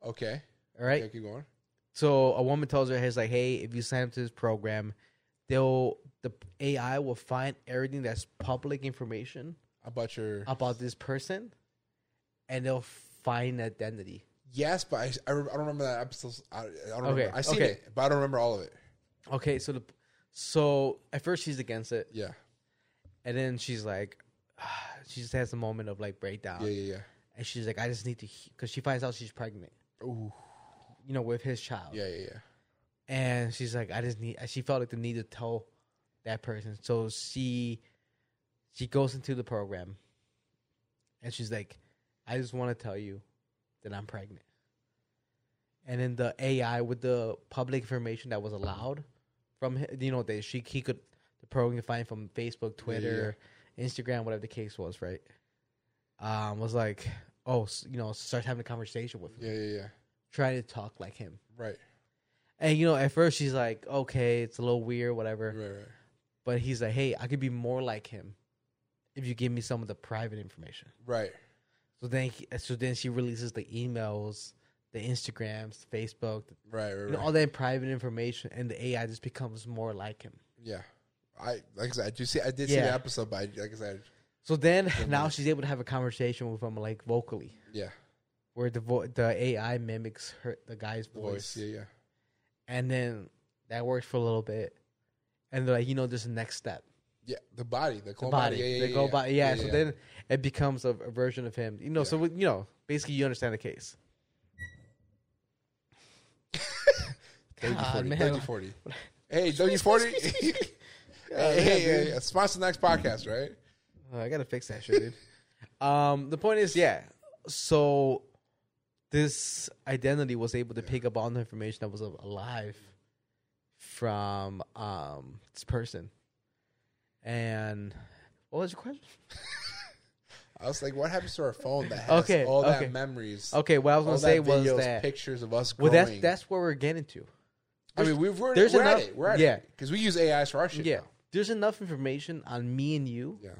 S2: Okay.
S1: All right.
S2: Okay, keep going.
S1: So a woman tells her, "He's like, hey, if you sign up to this program, they'll the AI will find everything that's public information
S2: I bought your
S1: about this person, and they'll find identity."
S2: yes, but I, I, re- I don't remember that episode. I, I don't remember.
S1: Okay,
S2: I seen
S1: okay.
S2: it, but I don't remember all of it.
S1: Okay, so the so at first she's against it,
S2: Yeah,
S1: and then she's like, ah, she just has a moment of like breakdown,
S2: yeah, yeah,
S1: and she's like, "I just need to," because she finds out she's pregnant,
S2: yeah. Ooh,
S1: you know, with his child.
S2: yeah, yeah, yeah.
S1: and she's like, I just need. She felt like the need to tell that person, so she she goes into the program, and she's like, I just want to tell you that I'm pregnant. And then the AI with the public information that was allowed from hi- you know that she he could the program could find from Facebook, Twitter, Instagram, whatever the case was, right? Um, was like, oh, s- you know, starts having a conversation with him,
S2: Yeah, yeah, yeah.
S1: trying to talk like him.
S2: Right,
S1: And you know, at first she's like, okay, it's a little weird, whatever.
S2: right, right.
S1: But he's like, hey, I could be more like him if you give me some of the private information.
S2: Right.
S1: So then, he, so then she releases the emails, the Instagrams, Facebook,
S2: Right, right,
S1: you
S2: right.
S1: know, all that private information, and the AI just becomes more like him.
S2: yeah, I like I said, I do see. I did see
S1: Yeah.
S2: the episode, but I, like I said,
S1: So then,
S2: Yeah,
S1: now
S2: man.
S1: she's able to have a conversation with him, like vocally,
S2: yeah,
S1: where the vo- the AI mimics her the guy's
S2: the
S1: voice,
S2: voice, yeah, yeah.
S1: and then that works for a little bit, and they're like, you know, there's a next step.
S2: Yeah, the body, the
S1: the
S2: clone
S1: body.
S2: body. Yeah, yeah,
S1: they
S2: yeah,
S1: go
S2: yeah.
S1: by, yeah. so
S2: yeah.
S1: then it becomes a, a version of him. You know, so we- you know, basically, you understand the case.
S2: Thank you,
S1: God,
S2: 40.
S1: Ah, man.
S2: Thank you, 40. Hey, W40. hey, hey, hey, hey, sponsor the next
S1: Mm-hmm.
S2: podcast, right?
S1: Oh, I gotta fix that shit, dude. um, the point is, yeah. So this identity was able to pick up all the information that was a- alive from um this person. And what was your question?
S2: I was like, what happens to our phone that has
S1: Okay,
S2: all
S1: okay.
S2: that memories?
S1: Okay, what I was
S2: all
S1: gonna say
S2: that
S1: was
S2: videos,
S1: that.
S2: pictures of us
S1: well,
S2: growing.
S1: that's that's where we're getting to.
S2: I mean, we've, we're,
S1: there's
S2: we're
S1: enough-
S2: at it. We're at
S1: yeah.
S2: it. Because we use AIs for our shit
S1: Yeah,
S2: now.
S1: there's enough information on me and you.
S2: Yeah.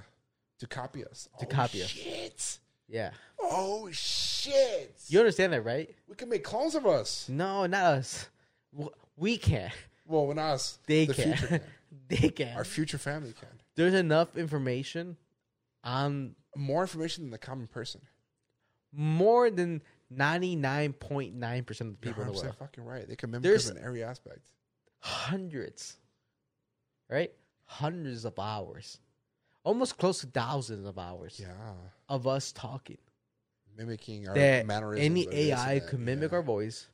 S2: To copy us.
S1: To
S2: oh,
S1: copy us.
S2: shit. us.
S1: Yeah.
S2: Oh, shit.
S1: You understand that, right?
S2: we can make clones of us.
S1: No, not us. W- We can.
S2: Well, when us.
S1: They
S2: the
S1: can.
S2: future can.
S1: they can.
S2: Our future family can.
S1: There's enough information on
S2: More information than the common person.
S1: more than 99.9% of the
S2: You're
S1: people in the
S2: 100%
S1: world.
S2: fucking right. They can mimic
S1: There's-
S2: us in every aspect.
S1: Hundreds. Right? Hundreds of hours. Almost close to thousands of hours
S2: Yeah.
S1: of us talking.
S2: Mimicking our
S1: that
S2: mannerisms.
S1: any
S2: of this and
S1: AI
S2: that.
S1: could mimic
S2: yeah.
S1: our voice,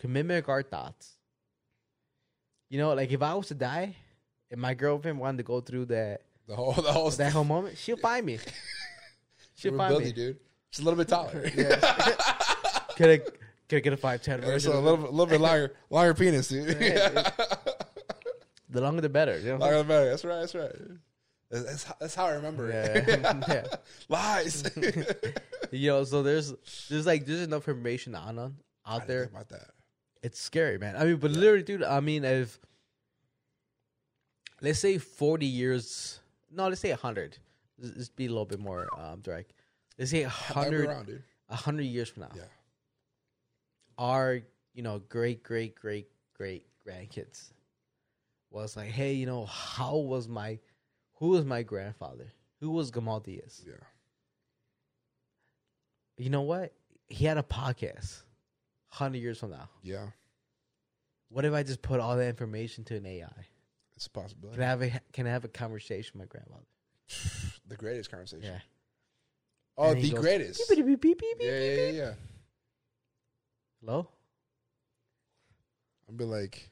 S1: could mimic our thoughts. You know, like if I was to die and my girlfriend wanted to go through that
S2: The whole, the whole
S1: that whole moment, she'll find me. She'll
S2: We're
S1: find
S2: building,
S1: me.
S2: dude. It's a little bit taller.
S1: Yeah. Could I could I get a five ten
S2: Yeah,
S1: version?
S2: so a little, bit- little bit longer, longer penis, dude.
S1: the longer the better. You know?
S2: longer the better. That's right. That's right. That's, that's, how- that's how I remember it.
S1: Yeah. Yeah.
S2: Lies.
S1: You know, so there's there's like there's enough information on on out
S2: There
S1: there.
S2: about that.
S1: It's scary, man. I mean, but literally, dude. I mean, if let's say forty years, no, let's say hundred. Let's let's be a little bit more um, direct. Let's say
S2: Other way
S1: hundred
S2: around, dude.
S1: hundred years from now,
S2: Yeah.
S1: our you know great great great great grandkids was like, hey, you know, how was my, who was my grandfather? Who was Gamal Diaz?
S2: Yeah.
S1: You know what? He had a podcast. Hundred years from now,
S2: Yeah.
S1: what if I just put all that information to an AI?
S2: It's a possibility.
S1: Can I have a can I have a conversation with my grandfather?
S2: the greatest conversation.
S1: Yeah.
S2: Oh,
S1: And he
S2: the
S1: goes,
S2: greatest.
S1: Beep, beep, beep, beep, beep.
S2: Yeah, yeah, yeah, yeah.
S1: Hello?
S2: I'd be like,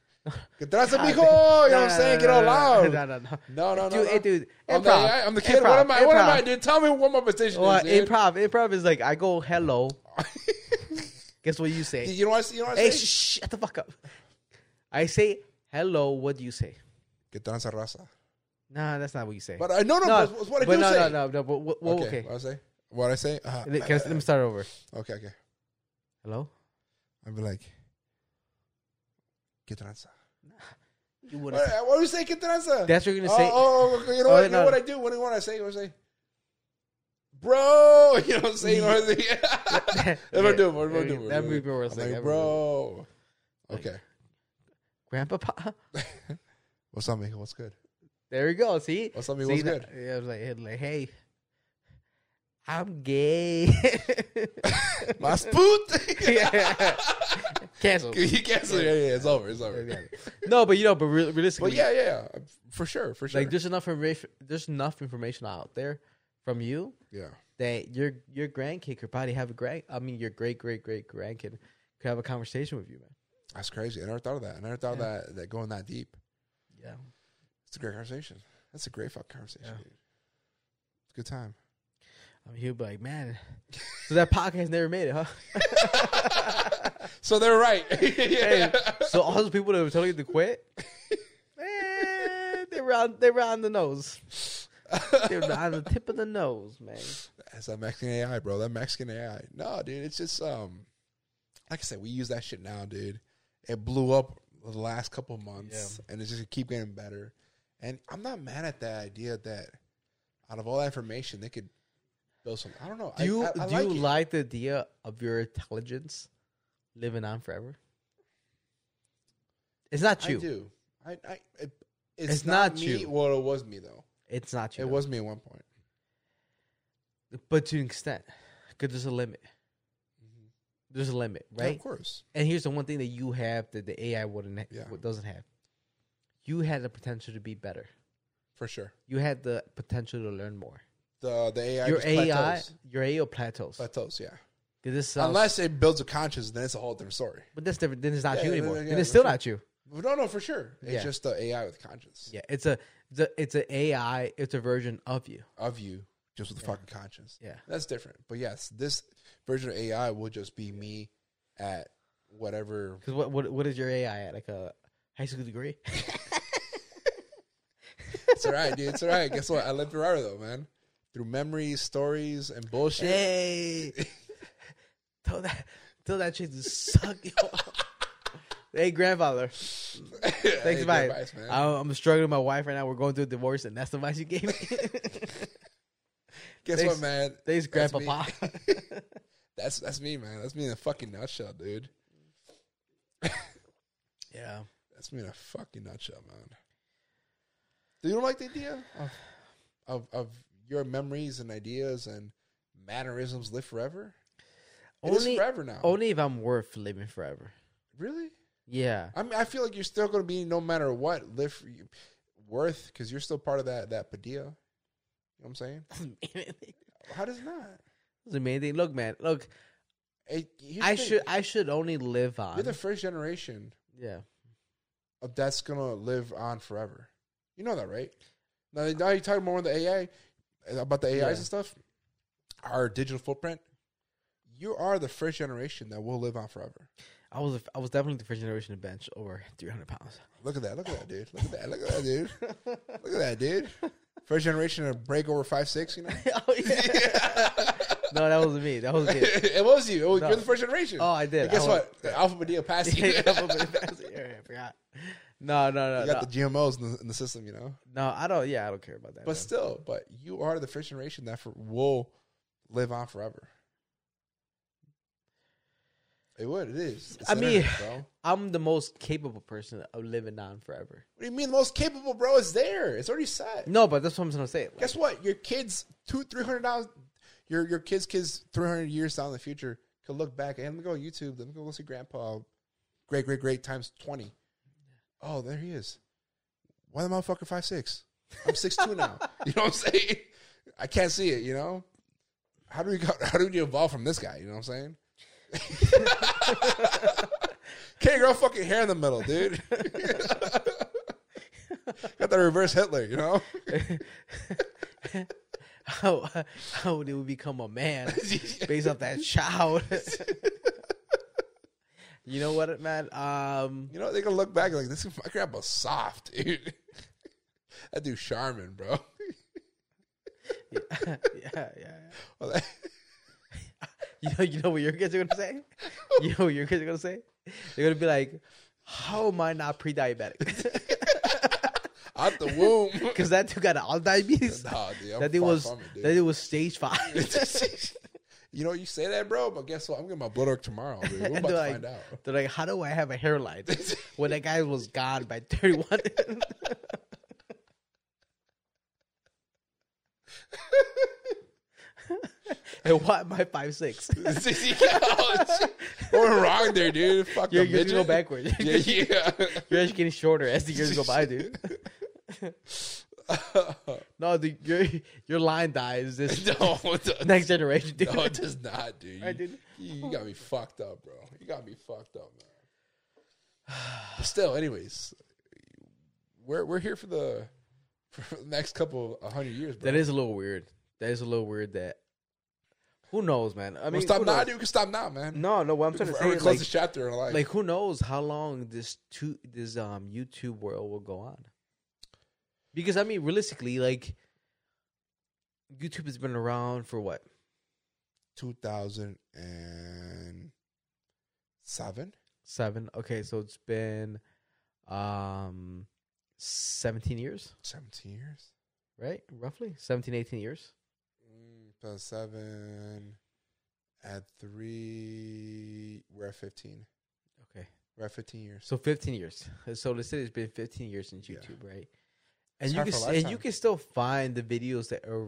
S2: get the
S1: God,
S2: mijo. You know
S1: no,
S2: what I'm
S1: no,
S2: Oh, saying?
S1: no,
S2: Get
S1: no,
S2: all
S1: no,
S2: loud.
S1: No, no, no.
S2: No, no, no.
S1: Dude,
S2: no.
S1: hey, dude.
S2: I'm the,
S1: improv.
S2: AI. I'm the kid. what
S1: Improv.
S2: am I? What am I?
S1: Improv.
S2: Dude, tell me what my position
S1: Well,
S2: is. Dude.
S1: improv, improv is like I go hello. Guess what you say?
S2: You know what? I, say- you know what I
S1: hey,
S2: say?
S1: shh, shut the fuck up. I say hello. What do you say?
S2: Que tranza raza.
S1: Nah, that's not what you say.
S2: But I no no,
S1: no,
S2: but it's what I
S1: but
S2: do
S1: no,
S2: say.
S1: no, no, no. But what, what, okay.
S2: What I say? What I say? Uh,
S1: Let- can I- let me start over.
S2: okay, okay.
S1: Hello.
S2: I'd be like, que tranza.
S1: You
S2: What,
S1: would.
S2: what do you say? Que tranza.
S1: That's what you're gonna
S2: oh,
S1: say.
S2: Oh, okay, you know
S1: Oh,
S2: what? You
S1: no.
S2: know what I do? What do you want to say? What do I say? Bro, you know what I'm oh. saying? You know what I'm saying? That's what I do. What I do.
S1: That movie was
S2: I'm
S1: like,
S2: like, bro.
S1: Like,
S2: Okay.
S1: Grandpapa.
S2: What's up, Mika? What's good?
S1: There you go. See?
S2: What's up, Mika?
S1: See,
S2: What's
S1: the-
S2: good?
S1: Yeah, I was like, like, hey, I'm gay.
S2: My spoot.
S1: Yeah. Cancel.
S2: you canceled. it. Yeah, yeah, it's over. It's over.
S1: No, but you know, but re- realistically,
S2: But yeah, yeah, yeah, for sure, for sure.
S1: like there's enough information. There's enough information out there from you
S2: yeah,
S1: that your your grandkid could probably have a grand. I mean, your great great great grandkid could have a conversation with you, man.
S2: that's crazy. I never thought of that. I never thought that that going that deep.
S1: Yeah.
S2: It's a great conversation. That's a great fuck conversation.
S1: Yeah.
S2: Dude. It's a good time.
S1: I mean, he'll be like, man. So that podcast never made it, huh?
S2: So they're right.
S1: Hey,
S2: yeah.
S1: so all those people that were telling you to quit, eh, they were on they were on the nose. They were on the tip of the nose, man.
S2: That's that Mexican AI, bro. That Mexican AI. No, dude, it's just um, like I said, we use that shit now, dude. It blew up the last couple months, and it's just gonna keep getting better. And I'm not mad at that idea that out of all that information, they could build something. I don't know.
S1: Do you
S2: I, I, I
S1: do you
S2: it.
S1: like the idea of your intelligence living on forever? It's not
S2: I
S1: you.
S2: do. I, I it, it's,
S1: It's
S2: not,
S1: not
S2: me.
S1: you.
S2: Well, it was me though.
S1: It's not you.
S2: It was me at one point.
S1: but to an extent, because there's a limit. There's a limit,
S2: Mm-hmm. Yeah,
S1: right?
S2: of course.
S1: and here's the one thing that you have that the AI wouldn't ha-
S2: Yeah.
S1: doesn't have. You had the potential to be better.
S2: For sure.
S1: You had the potential to learn more.
S2: The the AI
S1: your
S2: just
S1: AI,
S2: plateaus.
S1: your AI plateaus.
S2: Plateaus, yeah.
S1: 'Cause this sounds-
S2: Unless it builds a conscience, then it's a whole different story.
S1: but that's different. Then it's not
S2: Yeah,
S1: you
S2: yeah,
S1: anymore.
S2: yeah,
S1: then
S2: yeah,
S1: it's still
S2: for
S1: not you.
S2: No, no, for sure. It's
S1: Yeah.
S2: just the AI with conscience
S1: Yeah, it's a, it's a, it's a AI. It's a version of you.
S2: of you, just with the fucking conscience.
S1: Yeah.
S2: That's different. But yes, this version of AI will just be me at whatever.
S1: Because what, what, what is your AI at? Like a high school degree?
S2: It's all right, dude. It's all right. Guess what? I lived through though, man. Through memories, stories, and bullshit.
S1: hey, tell that, tell that shit to suck you. off. hey, grandfather. Thanks,
S2: Hey, good
S1: bye.
S2: advice, man.
S1: I, I'm struggling with my wife right now. We're going through a divorce, and that's the advice you gave me.
S2: Guess
S1: thanks-
S2: what, man?
S1: Thanks,
S2: That's
S1: Grandpapa.
S2: me. That's that's me, man. That's me in a fucking nutshell, dude.
S1: yeah.
S2: That's me in a fucking nutshell, man. Do you don't like the idea of of of your memories and ideas and mannerisms live forever? It is
S1: Only,
S2: forever now.
S1: only if I'm worth living forever.
S2: really?
S1: Yeah.
S2: I mean, I feel like you're still going to be no matter what live for you, worth because you're still part of that that Padilla. You know what I'm saying?
S1: Doesn't mean anything.
S2: How does it not?
S1: Doesn't mean anything. Look, man. Look,
S2: Hey, here's the
S1: I
S2: thing.
S1: should um, I should only live
S2: You're
S1: on.
S2: the first generation
S1: yeah.
S2: of that's gonna live on forever. You know that, right? Now, now you're talking more on the AI about the AIs
S1: Yeah.
S2: and stuff. Our digital footprint. You are the first generation that will live on forever.
S1: I was a- I was definitely the first generation to bench over 300 pounds. Oh,
S2: Look at that! Look at that, dude! Look at that! Look at that, dude! Look at that, dude! First generation to break over five six. You know,
S1: oh, yeah. No, that wasn't me. That was me.
S2: it was you. It was,
S1: No.
S2: You're the first generation.
S1: Oh, I did.
S2: But guess
S1: I was-
S2: what? The Alpha Medea passed you.
S1: Yeah,
S2: you
S1: I forgot. No, no, no,
S2: got
S1: no.
S2: the GMOs in the, in the system, you know.
S1: no. I don't. Yeah, I don't care about that.
S2: But
S1: man.
S2: still, but you are the first generation that for, will live on forever. It would. It is. It's
S1: I
S2: the
S1: mean-
S2: internet, bro. what
S1: I'm the most capable person of living on forever.
S2: do you mean the most capable, bro? Is there? It's already set.
S1: No, but that's what I'm gonna say. Like,
S2: Guess what? Your kids two three hundred dollars. Your your kids' kids three hundred years down in the future could look back and let me go on YouTube. Let me go see Grandpa. Great, great, great times twenty. Oh, there he is. Why the motherfucker five six? I'm six two now. You know what I'm saying? I can't see it. You know. How do we go, how do we evolve from this guy? You know what I'm saying? Can't grow fucking hair in the middle, dude. Got that reverse Hitler, you know?
S1: how how would it become a man based off that child? you know what, man? Um,
S2: You know, they're gonna look back and like this is my grandpa's soft, dude. that dude Charmin, bro.
S1: yeah, yeah, yeah.
S2: Well, that-
S1: You know, you know what your kids are gonna say. You know what your kids are gonna say. They're gonna be like, "How am I not pre-diabetic?
S2: out the womb.
S1: Because that dude got all diabetes.
S2: nah, dude, I'm
S1: That dude
S2: far
S1: was
S2: from it,
S1: that
S2: dude.
S1: dude was stage five.
S2: You know, you say that, bro, but guess what? I'm getting my blood work tomorrow, dude. We're about to
S1: They're like-
S2: find out.
S1: They're like, how do I have a hairline when that guy was gone by 31? and why am I 5'6?
S2: We're wrong there, dude. Fuck
S1: You're,
S2: the
S1: you're gonna go
S2: midget.
S1: backwards.
S2: Yeah, yeah.
S1: You're actually getting shorter as the years go by, dude. No, the, your your line dies this
S2: no, it does-
S1: next generation, dude.
S2: no, it does not, dude. You,
S1: I did.
S2: You, you got me fucked up, bro. You got me fucked up, man. But still, anyways, we're we're here for the for the next couple of hundred years, bro.
S1: That is a little weird. That is a little weird. That who knows, man? I mean,
S2: well, stop
S1: who
S2: now,
S1: knows?
S2: dude. We can stop now, man.
S1: No, no. What I'm
S2: We
S1: trying
S2: can
S1: to say
S2: forever
S1: is
S2: close
S1: like,
S2: this chapter in our life.
S1: like who knows how long this two this um YouTube world will go on? Because I mean, realistically, like YouTube has been around for what?
S2: 2007.
S1: Seven. Okay, so it's been um seventeen years,
S2: 17 years.
S1: right? Roughly 17, 18 years.
S2: Mm, plus seven. Add three. We're at 15.
S1: Okay.
S2: We're at 15 years.
S1: So 15 years. So let's say it's been 15 years since
S2: Yeah.
S1: YouTube, right?
S2: It's
S1: And you
S2: hard
S1: can
S2: for a
S1: and you
S2: lifetime.
S1: can still find the videos that are,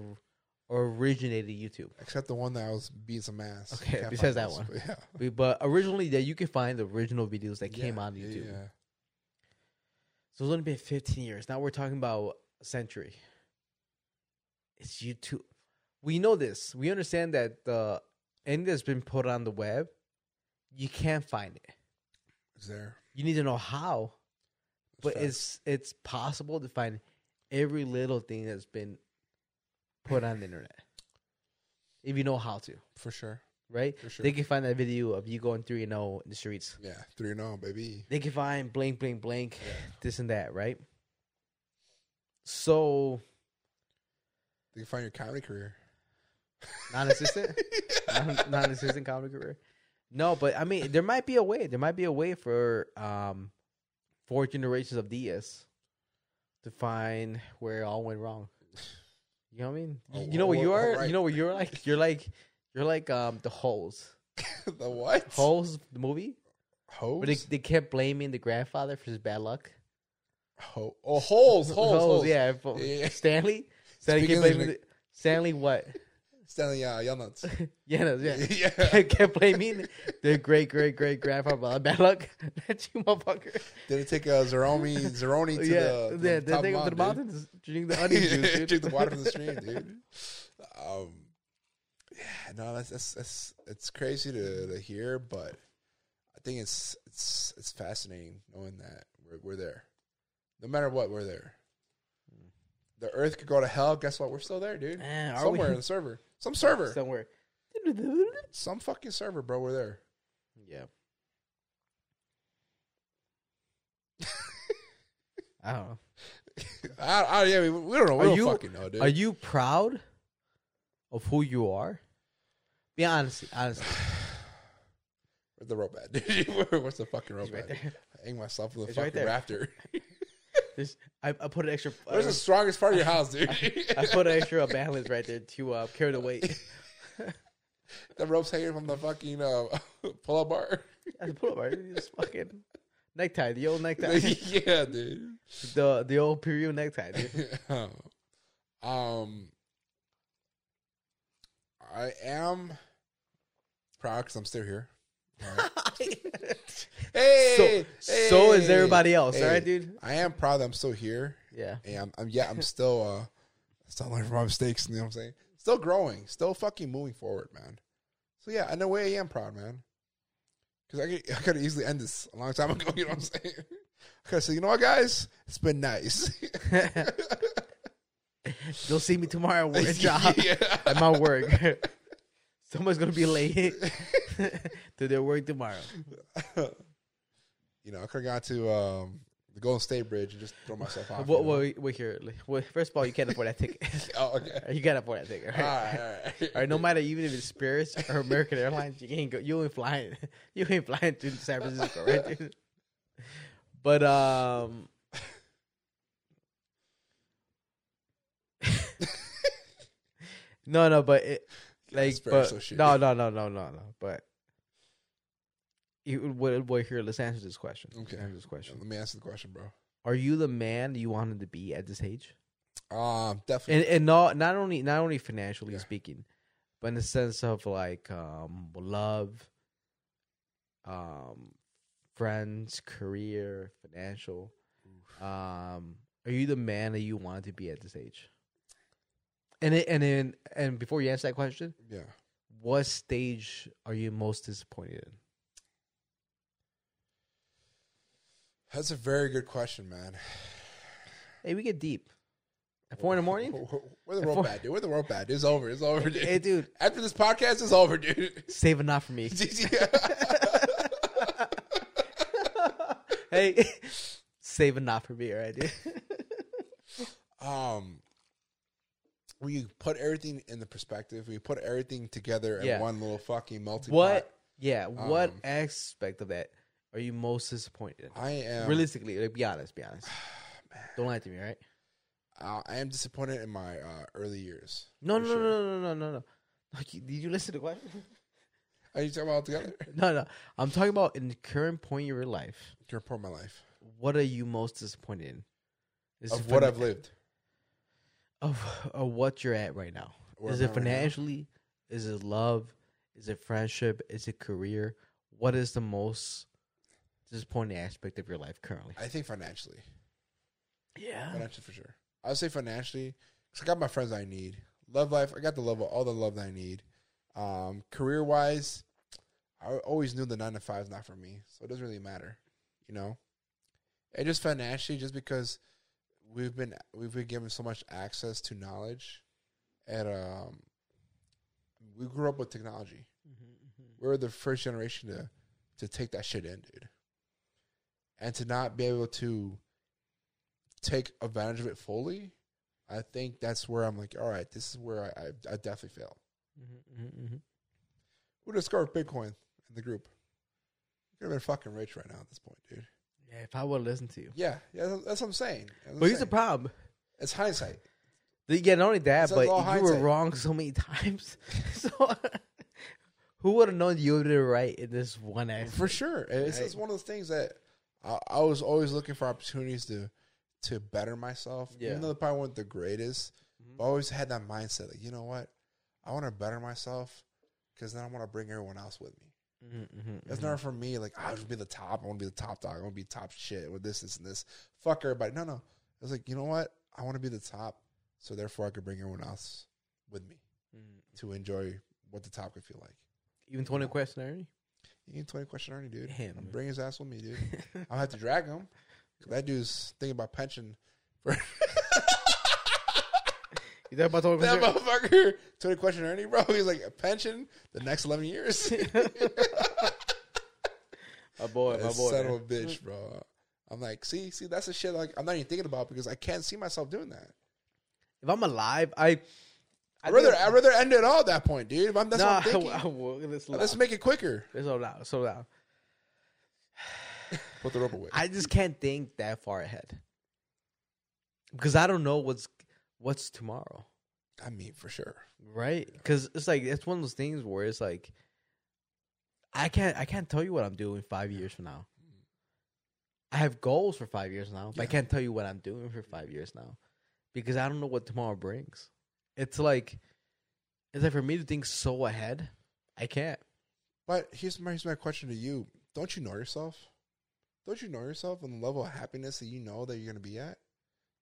S1: originated YouTube,
S2: Except the one that I was beating some ass.
S1: Okay,
S2: Can't
S1: besides
S2: find
S1: that
S2: those,
S1: one.
S2: but Yeah.
S1: We- but originally that you can find the original videos that came
S2: Yeah,
S1: on
S2: yeah,
S1: YouTube.
S2: yeah.
S1: So it's only been 15 years. Now we're talking about a century. It's YouTube. We know this. We understand that the anything that's been put on the web, you can't find it.
S2: It's there.
S1: You need to know how. but
S2: Facts.
S1: it's it's possible to find every little thing that's been put on the internet if you know how to
S2: For sure.
S1: right
S2: For sure.
S1: they can find that video of you going 3 and 0 in the streets
S2: Yeah. 3 and 0, baby.
S1: they can find blank blank blank this and that right so
S2: You can find your comedy career.
S1: non-existent non- non-existent comedy career no but i mean there might be a way there might be a way for um four generations of ds to find where it all went wrong you know what i mean you,
S2: Oh,
S1: you know what you
S2: oh, oh,
S1: are
S2: right.
S1: you know what you're like you're like you're like um the holes
S2: the what?
S1: holes the movie
S2: Hoes?
S1: where they, they kept blaming the grandfather for his bad luck
S2: Ho- oh, holes. Holes.
S1: Holes,
S2: Holes.
S1: yeah, for-
S2: Yeah, yeah.
S1: stanley stanley,
S2: Speaking
S1: kept
S2: of
S1: blaming
S2: the-
S1: the- stanley what
S2: Stanley, uh, y'all nuts.
S1: yeah no, yeah
S2: yeah.
S1: can't blame me. The great great great grandfather. Bad luck. That's you, motherfucker.
S2: Did it take uh, Zeroni, Zeroni to
S1: yeah,
S2: the,
S1: yeah.
S2: the top
S1: They take him to the
S2: mountain, dude?
S1: mountains, drink the onion juice, dude.
S2: Drink the water from the stream, dude. Um, yeah, no, that's, that's that's it's crazy to, to hear, but I think it's it's it's fascinating knowing that we're we're there. No matter what, we're there. The Earth could go to hell. Guess what? We're still there, dude.
S1: Eh, are we?
S2: Somewhere in the server, some server,
S1: somewhere.
S2: some fucking server, bro. We're there.
S1: Yeah. I don't know.
S2: I, I, yeah, we, we don't know. We
S1: Are
S2: don't
S1: you-
S2: fucking know, dude.
S1: Are you proud of who you are? Be honest. Honestly,
S2: Where's the rope at, dude? Where's the fucking rope
S1: It's right
S2: at?
S1: there.
S2: I hang myself with a
S1: It's right
S2: fucking
S1: there.
S2: rafter.
S1: There's- I, I put an extra. uh,
S2: Where's the strongest part of your house, dude?
S1: I put an extra balance right there to uh, carry the weight.
S2: the ropes hanging from the fucking uh, pull-up bar.
S1: I put up right. It's fucking necktie. The old necktie.
S2: yeah, dude.
S1: the the old Peru necktie. Dude.
S2: um, I am proud because I'm still here. Alright. hey,
S1: so so is
S2: hey,
S1: everybody else,
S2: hey.
S1: all right, dude?
S2: I am proud that I'm still here.
S1: Yeah,
S2: And I'm, I'm yeah, I'm still uh, still learning from my mistakes. You know what I'm saying? Still growing, still fucking moving forward, man. So yeah, in a way, I am proud, man. Because I could, I could have easily end this a long time ago. You know what I'm saying? I could have said, you know what, guys, it's been nice.
S1: you'll see me tomorrow at work- job
S2: yeah.
S1: at my work. Someone's gonna be late to their work tomorrow.
S2: you know, I could have gone to um, the Golden State Bridge and just throw myself off.
S1: What
S2: you know?
S1: what wait here? like, Well, first of all, you can't afford that ticket.
S2: Oh, okay.
S1: you can't afford that ticket. All
S2: All
S1: right?
S2: right, all right.
S1: All right, no matter even if it's Spirit or American Airlines, you ain't go, you ain't flying, you ain't flying to San Francisco, right? Dude? But um, no, no, but it, Like,
S2: That's very
S1: but,
S2: associated.
S1: no, no, no, no, no, no. But you, what, what? Here, let's answer this question. Let's
S2: Okay.
S1: answer this question.
S2: Let me answer the question, bro.
S1: Are you the man you wanted to be at this age?
S2: Um, definitely.
S1: And and not not only not only financially
S2: Yeah.
S1: speaking, but in the sense of like um love, um, friends, career, financial. Um, are you the man that you wanted to be at this age? And it, and then and before you answer that question,
S2: yeah.
S1: what stage are you most disappointed in?
S2: That's a very good question, man.
S1: Hey, we get deep at four in the morning.
S2: We're the
S1: At
S2: world
S1: four-
S2: bad, dude. We're the world bad. It's over. It's over, dude.
S1: Hey, dude,
S2: After this podcast, it's over, dude.
S1: save a knot for me. hey, save a knot for me, all right, dude.
S2: um, we put everything in the perspective. We put everything together in
S1: Yeah.
S2: one little fucking multi.
S1: what? Yeah, what
S2: Um,
S1: aspect of that are you most disappointed in?
S2: I am.
S1: Realistically, like, be honest. Be honest. Don't lie to me, all right?
S2: Uh, I am disappointed in my uh, early years.
S1: No,
S2: for
S1: no,
S2: sure.
S1: no, no, no, no, no, no. Like, Did you listen to what?
S2: Are you talking about together?
S1: No, no. I'm talking about in the current point of your life.
S2: You're part of my life.
S1: What are you most disappointed in? Is it
S2: Of what
S1: finan-
S2: I've lived.
S1: of, of what you're at right now.
S2: Where
S1: is
S2: am
S1: it
S2: I right now?
S1: financially? is it love? Is it friendship? Is it career? What is the most disappointing aspect of your life currently?
S2: I think financially.
S1: Yeah.
S2: Financially for sure. I would say financially because I got my friends I need. Love life, I got the love of all the love that I need. Um, career wise, I always knew the nine to five is not for me, so it doesn't really matter, you know. And just financially, just because we've been we've been given so much access to knowledge, and um, we grew up with technology.
S1: Mm-hmm,
S2: we were the first generation to to take that shit in, dude. And to not be able to take advantage of it fully, I think that's where I'm like, all right, this is where I I, I definitely fail.
S1: mm-hmm,
S2: Who discovered Bitcoin in the group? You could have been fucking rich right now at this point, dude.
S1: Yeah, if I would listen to you.
S2: Yeah, yeah, that's, that's what I'm saying. That's what
S1: But
S2: I'm
S1: here's the
S2: saying.
S1: problem.
S2: it's hindsight.
S1: The- Yeah, not only that,
S2: It's all
S1: but you
S2: hindsight.
S1: were wrong so many times. so who would have known you would have right in this one aspect?
S2: For sure. It's
S1: Right.
S2: just one of those things that I, I was always looking for opportunities to to better myself.
S1: Yeah. Mm-hmm.
S2: Even though I probably weren't the greatest, but I always had that mindset like, you know what? I want to better myself because then I want to bring everyone else with me.
S1: Mm-hmm,
S2: It's never for me like I want to be the top. I want to be the top dog. I want to be top shit with this, this, and this. Fuck everybody. No, no. It's like you know what? I want to be the top, so therefore I could bring everyone else with me to enjoy what the top could feel like.
S1: mm-hmm. Even 20 questionnaire?
S2: You need twenty question Ernie, dude.
S1: Damn.
S2: I'm bring his ass with me, dude. I'll have to drag him. 'Cause That dude's thinking about pension. For
S1: You talking about 20
S2: that
S1: questionnaire?
S2: motherfucker. Twenty question Ernie, bro. He's like a pension the next eleven years.
S1: My boy, my boy.
S2: Son
S1: man.
S2: of a bitch, bro. I'm like, see, see, that's the shit. Like, I'm not even thinking about because I can't see myself doing that.
S1: If I'm alive, I.
S2: I'd rather, I'd rather end it all at that point, dude. If I'm, that's
S1: nah,
S2: what I'm thinking.
S1: I will. It's loud.
S2: Let's make it quicker.
S1: It's so loud. So loud.
S2: Put the rope away.
S1: I just can't think that far ahead because I don't know what's what's tomorrow,
S2: I mean, for sure.
S1: right? Because it's like it's one of those things where it's like I can't I can't tell you what I'm doing five years from now. I have goals for five years now, but I
S2: Yeah.
S1: can't tell you what I'm doing for five years now because I don't know what tomorrow brings. It's like it's like for me to think so ahead, I can't.
S2: But here's my here's my question to you. Don't you know yourself? Don't you know yourself and the level of happiness that you know that you're gonna be at?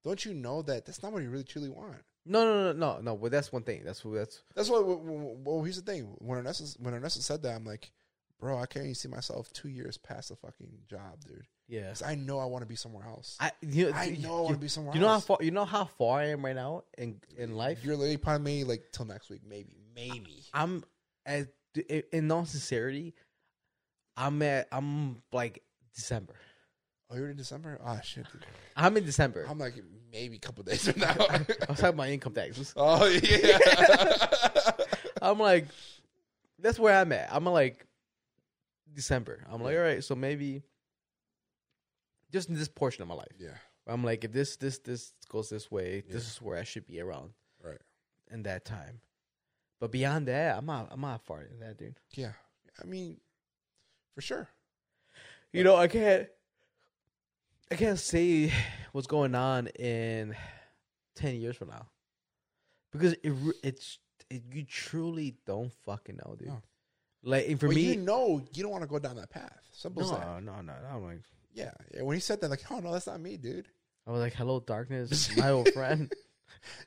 S2: Don't you know that that's not what you really truly want?
S1: No, no, no, no, no. Well, that's one thing. That's that's
S2: That's what. Well, well here's the thing. When Ernesto when Ernesto said that, I'm like, bro, I can't even see myself two years past the fucking job, dude.
S1: yeah.
S2: Because I know I want to be somewhere else.
S1: I you know,
S2: I
S1: you-
S2: know I wanna
S1: you,
S2: be somewhere
S1: You know
S2: else.
S1: how far you know how far I am right now in in life.
S2: You're literally probably me like till next week, maybe, maybe.
S1: I'm as in all sincerity, I'm at I'm like December.
S2: Oh, you're in December. Ah, shit. Dude.
S1: I'm in December.
S2: I'm like maybe a couple days from now.
S1: I was talking about income taxes.
S2: oh yeah.
S1: I'm like, that's where I'm at. I'm like December. I'm like, all right, so maybe just in this portion of my life.
S2: yeah.
S1: I'm like, if this this this goes this way,
S2: Yeah.
S1: this is where I should be around
S2: Right.
S1: in that time. But beyond that, I'm not I'm not farting that dude.
S2: Yeah. I mean, for sure.
S1: You know, I can't I can't say what's going on in ten years from now because it re- it's it, you truly don't fucking know, dude.
S2: No.
S1: Like and for
S2: but
S1: me,
S2: you know, you don't want to go down that path. Simple as that.
S1: no, no, no, I'm like,
S2: Yeah. Yeah, When he said that, like, oh no, that's not me, dude.
S1: I was like, hello, darkness, my old friend.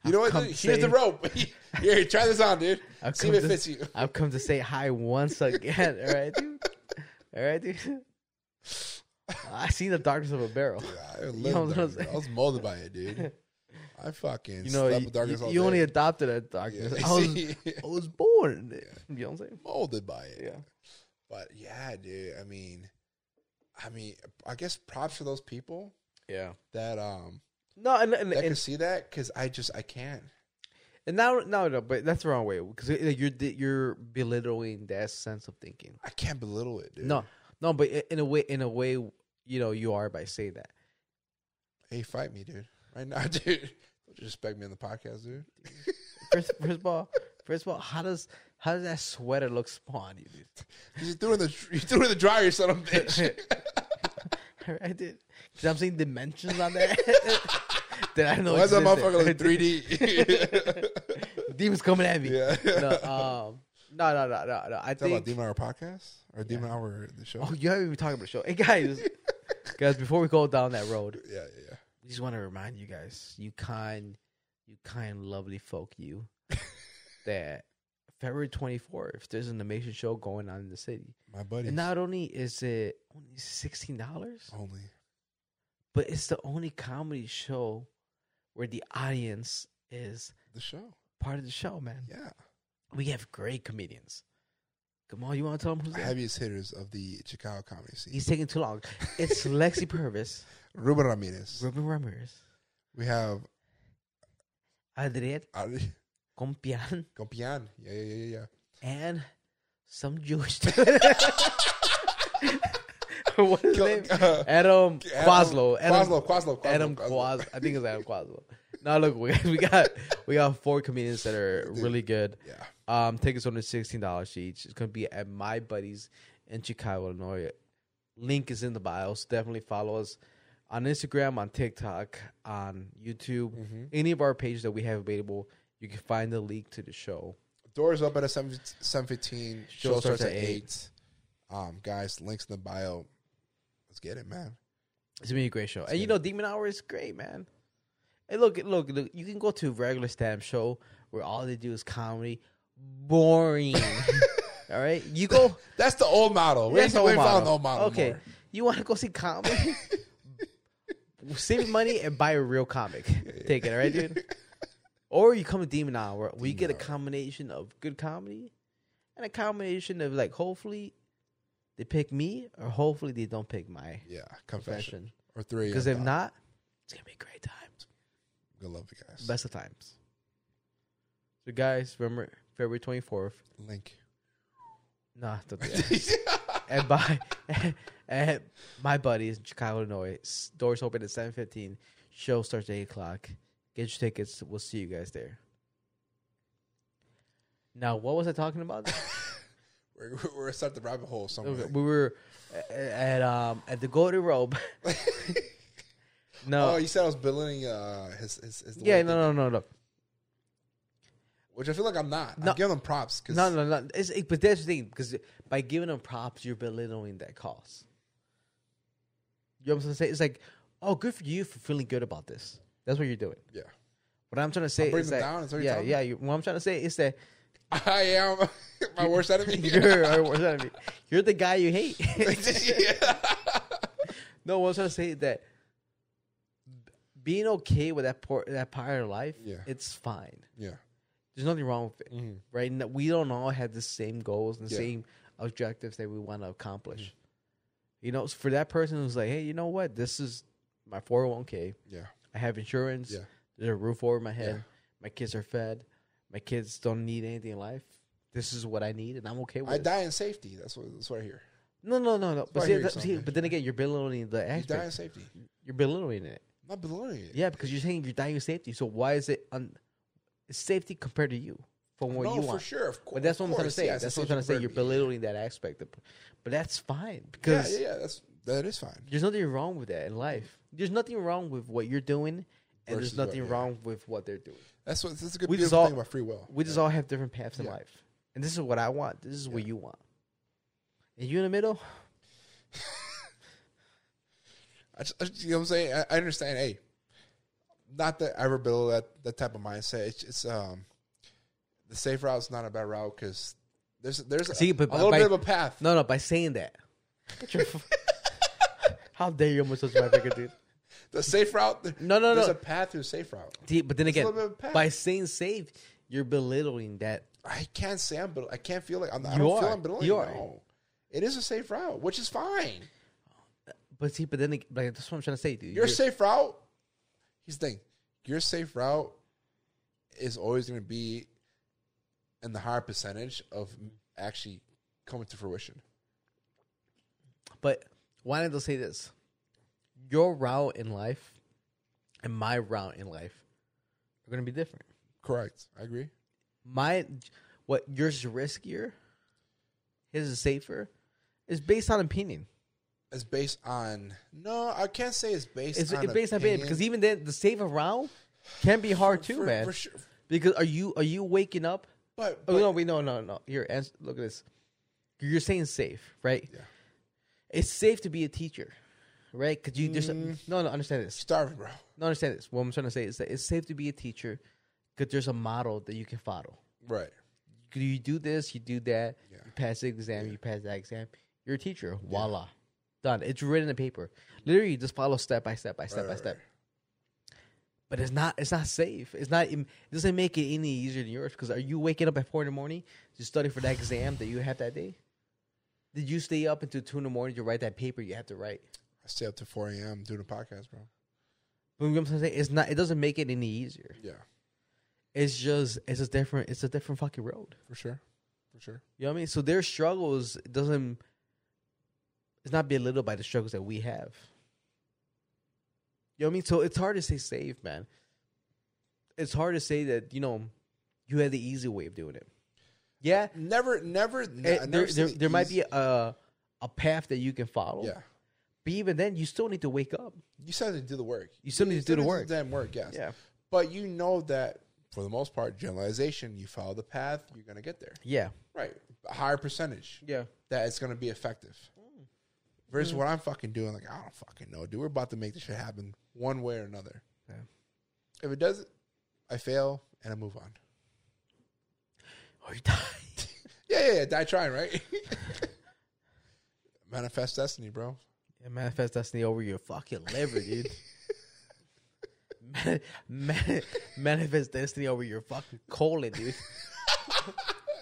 S2: You know what?
S1: come
S2: Dude? Here's the
S1: save-
S2: rope. Here, try this on, dude.
S1: I've
S2: See
S1: come
S2: if
S1: to-
S2: it fits you.
S1: I've come to say hi once again. All right, dude. All right, dude. I seen the darkness of a barrel.
S2: I, lived
S1: know what I'm
S2: darkness.
S1: saying?
S2: I was molded by it, dude. I fucking
S1: You know,
S2: slept
S1: you,
S2: with darkness
S1: you-
S2: all
S1: you
S2: day.
S1: only adopted that
S2: Yeah,
S1: darkness. I was,
S2: see?
S1: I was born in it. You know what I'm saying?
S2: molded by it.
S1: Yeah.
S2: But yeah, dude. I mean, I mean, I guess props for those people
S1: Yeah.
S2: that um
S1: No, and and,
S2: that can
S1: and,
S2: see that because I just I can't.
S1: and now no no, but that's the wrong way because like, you're di- you're belittling that sense of thinking.
S2: I can't belittle it, dude.
S1: No, no, but i- in a way, in a way, you know, you are by saying that.
S2: Hey, fight me, dude. Right now, dude. Don't disrespect me on the podcast, dude.
S1: First, first of all, first of all, how does how does that sweater look small on you, dude?
S2: 'Cause You threw it in the you threw it in the dryer, son of a bitch.
S1: I did. Because I'm seeing dimensions on that that I know.
S2: Why is that
S1: existed.
S2: motherfucker like 3D?
S1: Demons coming at me.
S2: yeah.
S1: No, um, no, no, no, no, no. I
S2: Talk
S1: think.
S2: about Demon Hour podcast or Demon Hour the show.
S1: oh, you haven't even talked about the show. Hey guys, guys, before we go down that road,
S2: Yeah, yeah, yeah.
S1: I just want to remind you guys, you kind, you kind, lovely folk, you, that February 24th, there's an amazing show going on in the city.
S2: My buddy.
S1: And not only is it only sixteen dollars,
S2: only.
S1: but it's the only comedy show where the audience is
S2: The show.
S1: part of the show, man.
S2: Yeah.
S1: We have great comedians. Come on, you want to tell them who's there?
S2: Heaviest hitters of the Chicago comedy scene.
S1: He's taking too long. It's Lexi Purvis,
S2: Ruben Ramirez.
S1: Ruben Ramirez,
S2: We have
S1: Adriet
S2: Ali
S1: Compian,
S2: Compian. Yeah, yeah, yeah, yeah, yeah.
S1: and some Jewish dude. what is his
S2: Gil-
S1: name?
S2: uh,
S1: Adam
S2: Adam-
S1: Quaslow. Adam
S2: Quaslow, Quaslow, Quaslow,
S1: Adam
S2: Quaslow.
S1: Quas. I think it's Adam Quaslow. Now look, we, we got we got four comedians that are really good.
S2: Yeah.
S1: Um, tickets only sixteen dollars each. It's gonna be at my buddies in Chicago, Illinois. Link is in the bio. So definitely follow us on Instagram, on TikTok, on YouTube, any of our pages that we have available. You can find the link to the show.
S2: Doors open at 7, 7.15. Show,
S1: Show
S2: starts,
S1: starts
S2: at
S1: at
S2: 8. Um, guys, links in the bio. Let's get it, man.
S1: It's gonna be a great show, and you know, Demon Hour is great, man. Hey, look, look, look! You can go to a regular stand show where all they do is comedy, boring. all right, you go.
S2: That's the old model. We
S1: That's
S2: ain't,
S1: the old
S2: we ain't found
S1: model.
S2: the old model
S1: Okay,
S2: more.
S1: you want to go see comedy? Save money and buy a real comic. Take it, all right, dude. Or you come to Demon Hour, where you get a combination of good comedy and a combination of like, hopefully they pick me, or hopefully they don't pick my
S2: Yeah,
S1: profession.
S2: confession. Or 3
S1: Because
S2: a.m.
S1: if not, it's gonna be a great time.
S2: Good love you guys.
S1: Best of times. So guys, remember February twenty fourth.
S2: Link.
S1: Nah, don't do that. and by and my buddies in Chicago, Illinois. S- Doors open at seven fifteen. Show starts at eight o'clock. Get your tickets. We'll see you guys there. Now, what was I talking about?
S2: We're, we're gonna start the rabbit hole somewhere.
S1: Okay, we were a- at um at the Golden Robe. no,
S2: Oh, you said I was belittling uh, his, his, his
S1: yeah,
S2: little
S1: no, no, no, no.
S2: thing, which I feel like I'm not.
S1: No.
S2: I'm giving him props because
S1: No, no, no. It's, it, but that's the thing because by giving them props, you're belittling that cause. You know what I'm saying? It's like, oh, good for you for feeling good about this. That's what you're doing.
S2: yeah,
S1: What I'm trying to say
S2: bring
S1: is
S2: them
S1: that
S2: down, is what you're
S1: yeah,
S2: telling me?
S1: yeah. You, what I'm trying to say is that
S2: I am my worst enemy.
S1: you're our worst enemy. You're the guy you hate.
S2: yeah.
S1: no, what I'm trying to say is that being okay with that por- that part of life,
S2: Yeah.
S1: it's fine.
S2: yeah, Mm-hmm.
S1: There's nothing wrong with it, right? No- We don't all have the same goals and the
S2: Yeah.
S1: same objectives that we want to accomplish.
S2: Mm-hmm.
S1: You know, for that person who's like, hey, you know what? This is my 401k.
S2: yeah,
S1: I have insurance.
S2: Yeah.
S1: There's a roof over my head.
S2: Yeah.
S1: My kids are fed. My kids don't need anything in life. This is what I need, and I'm okay with
S2: I
S1: it.
S2: die in safety. That's what that's what I hear.
S1: no, no, no, no. But,
S2: I
S1: see,
S2: hear you
S1: that- see,
S2: sometimes.
S1: but then again, you're belittling the
S2: You die in
S1: aspect.
S2: safety.
S1: You're belittling it.
S2: I'm not belittling it.
S1: Yeah, because you're saying you're dying with safety. So why is it un- it's safety compared to you? from what
S2: no,
S1: you
S2: for
S1: want.
S2: sure. Of course,
S1: But that's what I'm
S2: of
S1: trying to
S2: course,
S1: say.
S2: yes,
S1: that's
S2: it's
S1: what I'm
S2: such
S1: trying
S2: a
S1: to say. You're
S2: burden.
S1: belittling that aspect, of- but that's fine
S2: Yeah,
S1: because
S2: yeah, yeah. That's that is fine.
S1: there's nothing wrong with that in life. There's nothing wrong with what you're doing, and
S2: Versus
S1: there's
S2: what-
S1: nothing
S2: yeah.
S1: wrong with what they're doing.
S2: That's what. That's a good
S1: We just
S2: beautiful
S1: all-
S2: thing about free will.
S1: We just all have different paths in
S2: Yeah.
S1: life, and this is what I want. This is what you want, and you in the middle.
S2: I just, I just- you know what I'm saying? I, I understand. Hey, not that I ever build that that type of mindset. It's, it's um, the safe route's not a bad route because there's there's a-
S1: See,
S2: a,
S1: but by-
S2: little
S1: by-
S2: bit of a path.
S1: No, no. By saying that, Get your f- how dare you almost touch my finger, dude?
S2: The safe route.
S1: No, no,
S2: There's
S1: no.
S2: a path through safe route.
S1: See, but then again,
S2: little bit of a path.
S1: by saying save, you're belittling that.
S2: I can't say I'm, but I can't feel like I'm. I
S1: You
S2: don't
S1: are.
S2: feel I'm belittling.
S1: You are.
S2: No. It is a safe route, which is fine.
S1: But see, but then ag- like that's what I'm trying to say, dude.
S2: Your safe route. Here's the thing. Your safe route is always going to be in the higher percentage of actually coming to fruition.
S1: But why did they say this? Your route in life and my route in life are going to be different.
S2: Correct. I agree.
S1: My what yours is riskier, his is safer. Is based on opinion.
S2: It's based on no, I can't say it's based
S1: It's,
S2: on
S1: it's based on opinion because even then, the safer route can be hard too,
S2: for,
S1: man.
S2: For sure.
S1: Because are you are you waking up?
S2: But,
S1: Oh
S2: but-
S1: no, wait, no, no, no. Here, ans look at this. You're saying safe, right?
S2: Yeah.
S1: It's safe to be a teacher, right? Because you there's a-
S2: Mm.
S1: no, no. Understand this.
S2: starving, bro.
S1: No, understand this. What I'm trying to say is that it's safe to be a teacher because there's a model that you can follow.
S2: Right.
S1: You do this, you do that,
S2: Yeah.
S1: you pass the exam, you pass that exam. You're a teacher. Voila. Done. It's written in paper. Literally, you just follow step by step by step
S2: Right,
S1: by
S2: right,
S1: step. But it's not it's not safe. It's not it doesn't make it any easier than yours because are you waking up at four in the morning to study for that exam that you have that day? Did you stay up until two in the morning to write that paper you have to write?
S2: I stay up to four a.m. doing a podcast, bro.
S1: But what I'm trying to say, it's not it doesn't make it any easier.
S2: Yeah,
S1: it's just it's a different it's a different fucking road.
S2: for sure, for sure.
S1: You know what I mean? So their struggles doesn't it's not belittled by the struggles that we have. You know what I mean? So it's hard to say safe, man. It's hard to say that, you know, you had the easy way of doing it. Yeah.
S2: Never, never. ne-
S1: it-
S2: I
S1: Eh, there
S2: never
S1: there,
S2: seen
S1: there might
S2: easy-
S1: be a a path that you can follow.
S2: Yeah,
S1: But even then you still need to wake up.
S2: you still have to do the work.
S1: You still need to do the work.
S2: Damn work, yes. But you know that for the most part, generalization. You follow the path, you're gonna get there.
S1: Yeah.
S2: Right. A higher percentage.
S1: Yeah.
S2: that it's gonna be effective.
S1: Mm.
S2: Versus what I'm fucking doing, like I don't fucking know, dude. We're about to make this shit happen one way or another.
S1: Yeah.
S2: If it doesn't, I fail and I move on.
S1: Or you die.
S2: Yeah, yeah, yeah. Die trying, right? Manifest destiny, bro.
S1: Yeah, manifest destiny over your fucking liver, dude. Man, man, manifest destiny over your fucking colon, dude.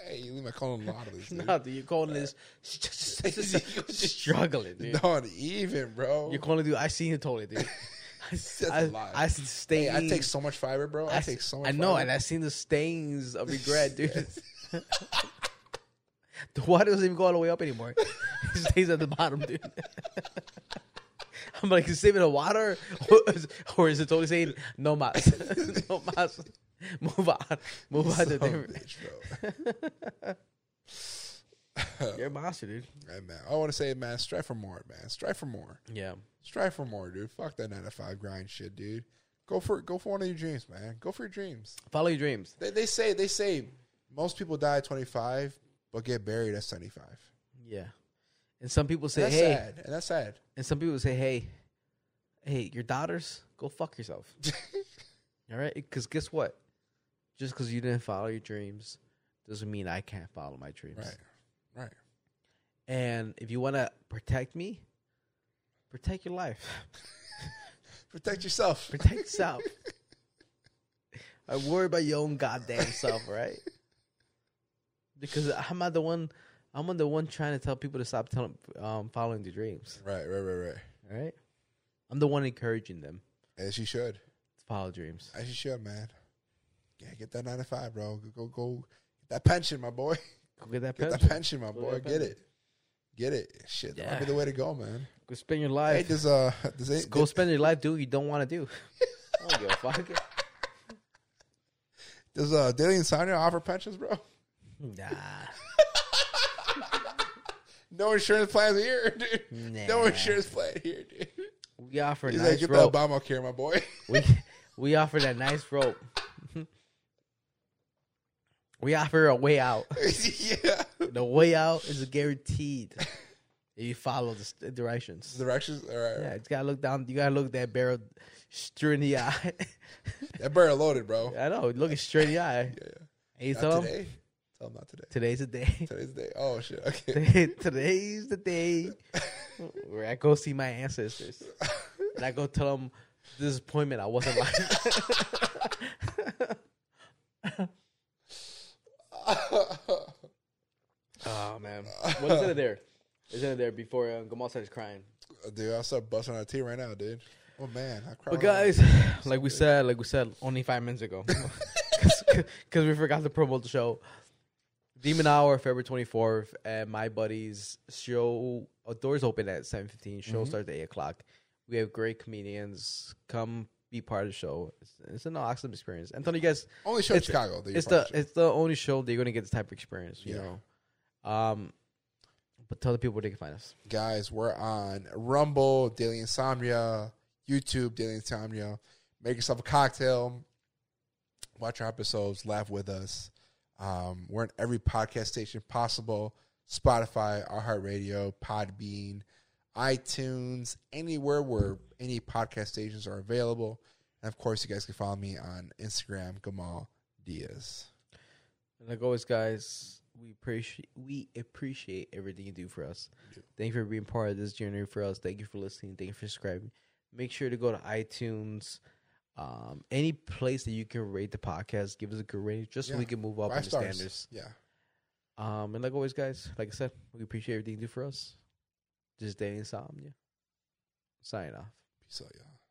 S2: Hey, you leave my colon a lot of this. Dude.
S1: No, dude, your colon is struggling, dude.
S2: Not even, bro.
S1: Your colon, dude. I seen your toilet, dude. I,
S2: a
S1: I,
S2: lie.
S1: I seen
S2: hey,
S1: stains.
S2: I take so much fiber, bro. I,
S1: I s-
S2: take so much.
S1: I know,
S2: fiber.
S1: and I seen the stains of regret, dude. the water doesn't even go all the way up anymore. it stays at the bottom, dude. I'm like, is it even a water, or is, or is it totally saying no mas, no mas? Move on, move on to
S2: Son of a
S1: different.
S2: bitch, bro.
S1: You're a monster, dude.
S2: Hey, man, I want to say, man, strive for more, man. Strive for more.
S1: Yeah,
S2: Strive for more, dude. Fuck that nine to five grind shit, dude. Go for go for one of your dreams, man. Go for your dreams.
S1: follow your dreams.
S2: They, they say they say most people die at twenty five, but get buried at seventy five.
S1: Yeah, and some people say,
S2: That's
S1: hey,
S2: sad. And that's sad.
S1: and some people say, hey, hey, your daughters, go fuck yourself. All right, because guess what? Just because you didn't follow your dreams doesn't mean I can't follow my dreams.
S2: Right. Right.
S1: And if you want to protect me, protect your life,
S2: Protect yourself.
S1: protect yourself. I worry about your own goddamn self, right? Because I'm not the one. I'm not the one trying to tell people to stop telling, um, following their dreams.
S2: Right, right, right, right.
S1: All right, I'm the one encouraging them
S2: As you should.
S1: to follow dreams.
S2: As you should, man. Yeah, get that nine to five, bro. Go go go get that pension, my boy.
S1: Go get that
S2: Get
S1: pension.
S2: that pension, my
S1: Go get
S2: boy.
S1: that
S2: Get
S1: pension.
S2: it. Get it. Shit, that might be
S1: Yeah.
S2: the way to go, man.
S1: Go spend your
S2: Hey,
S1: life.
S2: does uh does it
S1: go spend your life doing what you don't want to do. I don't give a fuck.
S2: Does uh, Daily Insomnia offer pensions, bro?
S1: Nah.
S2: No insurance plan here, dude. No
S1: Nah.
S2: insurance plan here, dude.
S1: We offer a
S2: He's
S1: nice
S2: like, get
S1: rope.
S2: that Obamacare, my boy.
S1: we we offer that nice rope. we offer a way out.
S2: yeah.
S1: The way out is guaranteed if you follow the st- directions.
S2: Directions. All right.
S1: Yeah, you gotta look down. You gotta look that barrel straight in the eye.
S2: That barrel loaded, bro.
S1: I know, look it straight in the eye.
S2: Yeah,
S1: And you
S2: yeah.
S1: tell 'em,
S2: Not today. Tell him not today.
S1: today's the day.
S2: Today's the day. Oh shit. Okay.
S1: Today's the day where I go see my ancestors and I go tell them disappointment I wasn't like. oh man, what is it there? Is it there before uh, Gamal starts crying?
S2: dude, I'll start busting out a tea right now, dude. Oh man, I cried.
S1: But guys, like we said, like we said, only five minutes ago, because we forgot to promote the show. Demon Hour, February twenty fourth, at my buddy's show. uh, Doors open at seven fifteen. Show
S2: Mm-hmm.
S1: starts at eight o'clock. We have great comedians. Come be part of the show. It's, it's an awesome experience. And Tony, you guys,
S2: only show in
S1: it's-
S2: Chicago. that you're
S1: it's the
S2: part of.
S1: it's the only show that you're gonna get this type of experience. You
S2: Yeah.
S1: know, um, but tell the people where they can find us.
S2: guys, we're on Rumble, Daily Insomnia, YouTube, Daily Insomnia. Make yourself a cocktail. Watch our episodes. Laugh with us. Um, we're in every podcast station possible Spotify, iHeartRadio, Podbean, iTunes, anywhere where any podcast stations are available. And of course, you guys can follow me on Instagram, Gamal Diaz.
S1: And like always, guys, we appreciate we appreciate everything you do for us. Thank you for being part of this journey for us. Thank you for listening. Thank you for subscribing. Make sure to go to iTunes, um, any place that you can rate the podcast. Give us a good rating, just so
S2: Yeah.
S1: we can move up in
S2: Five
S1: the
S2: stars.
S1: standards.
S2: Yeah.
S1: Um, and like always, guys, like I said, we appreciate everything you do for us. This is Daily Insomnia. Signing off.
S2: Peace out, y'all.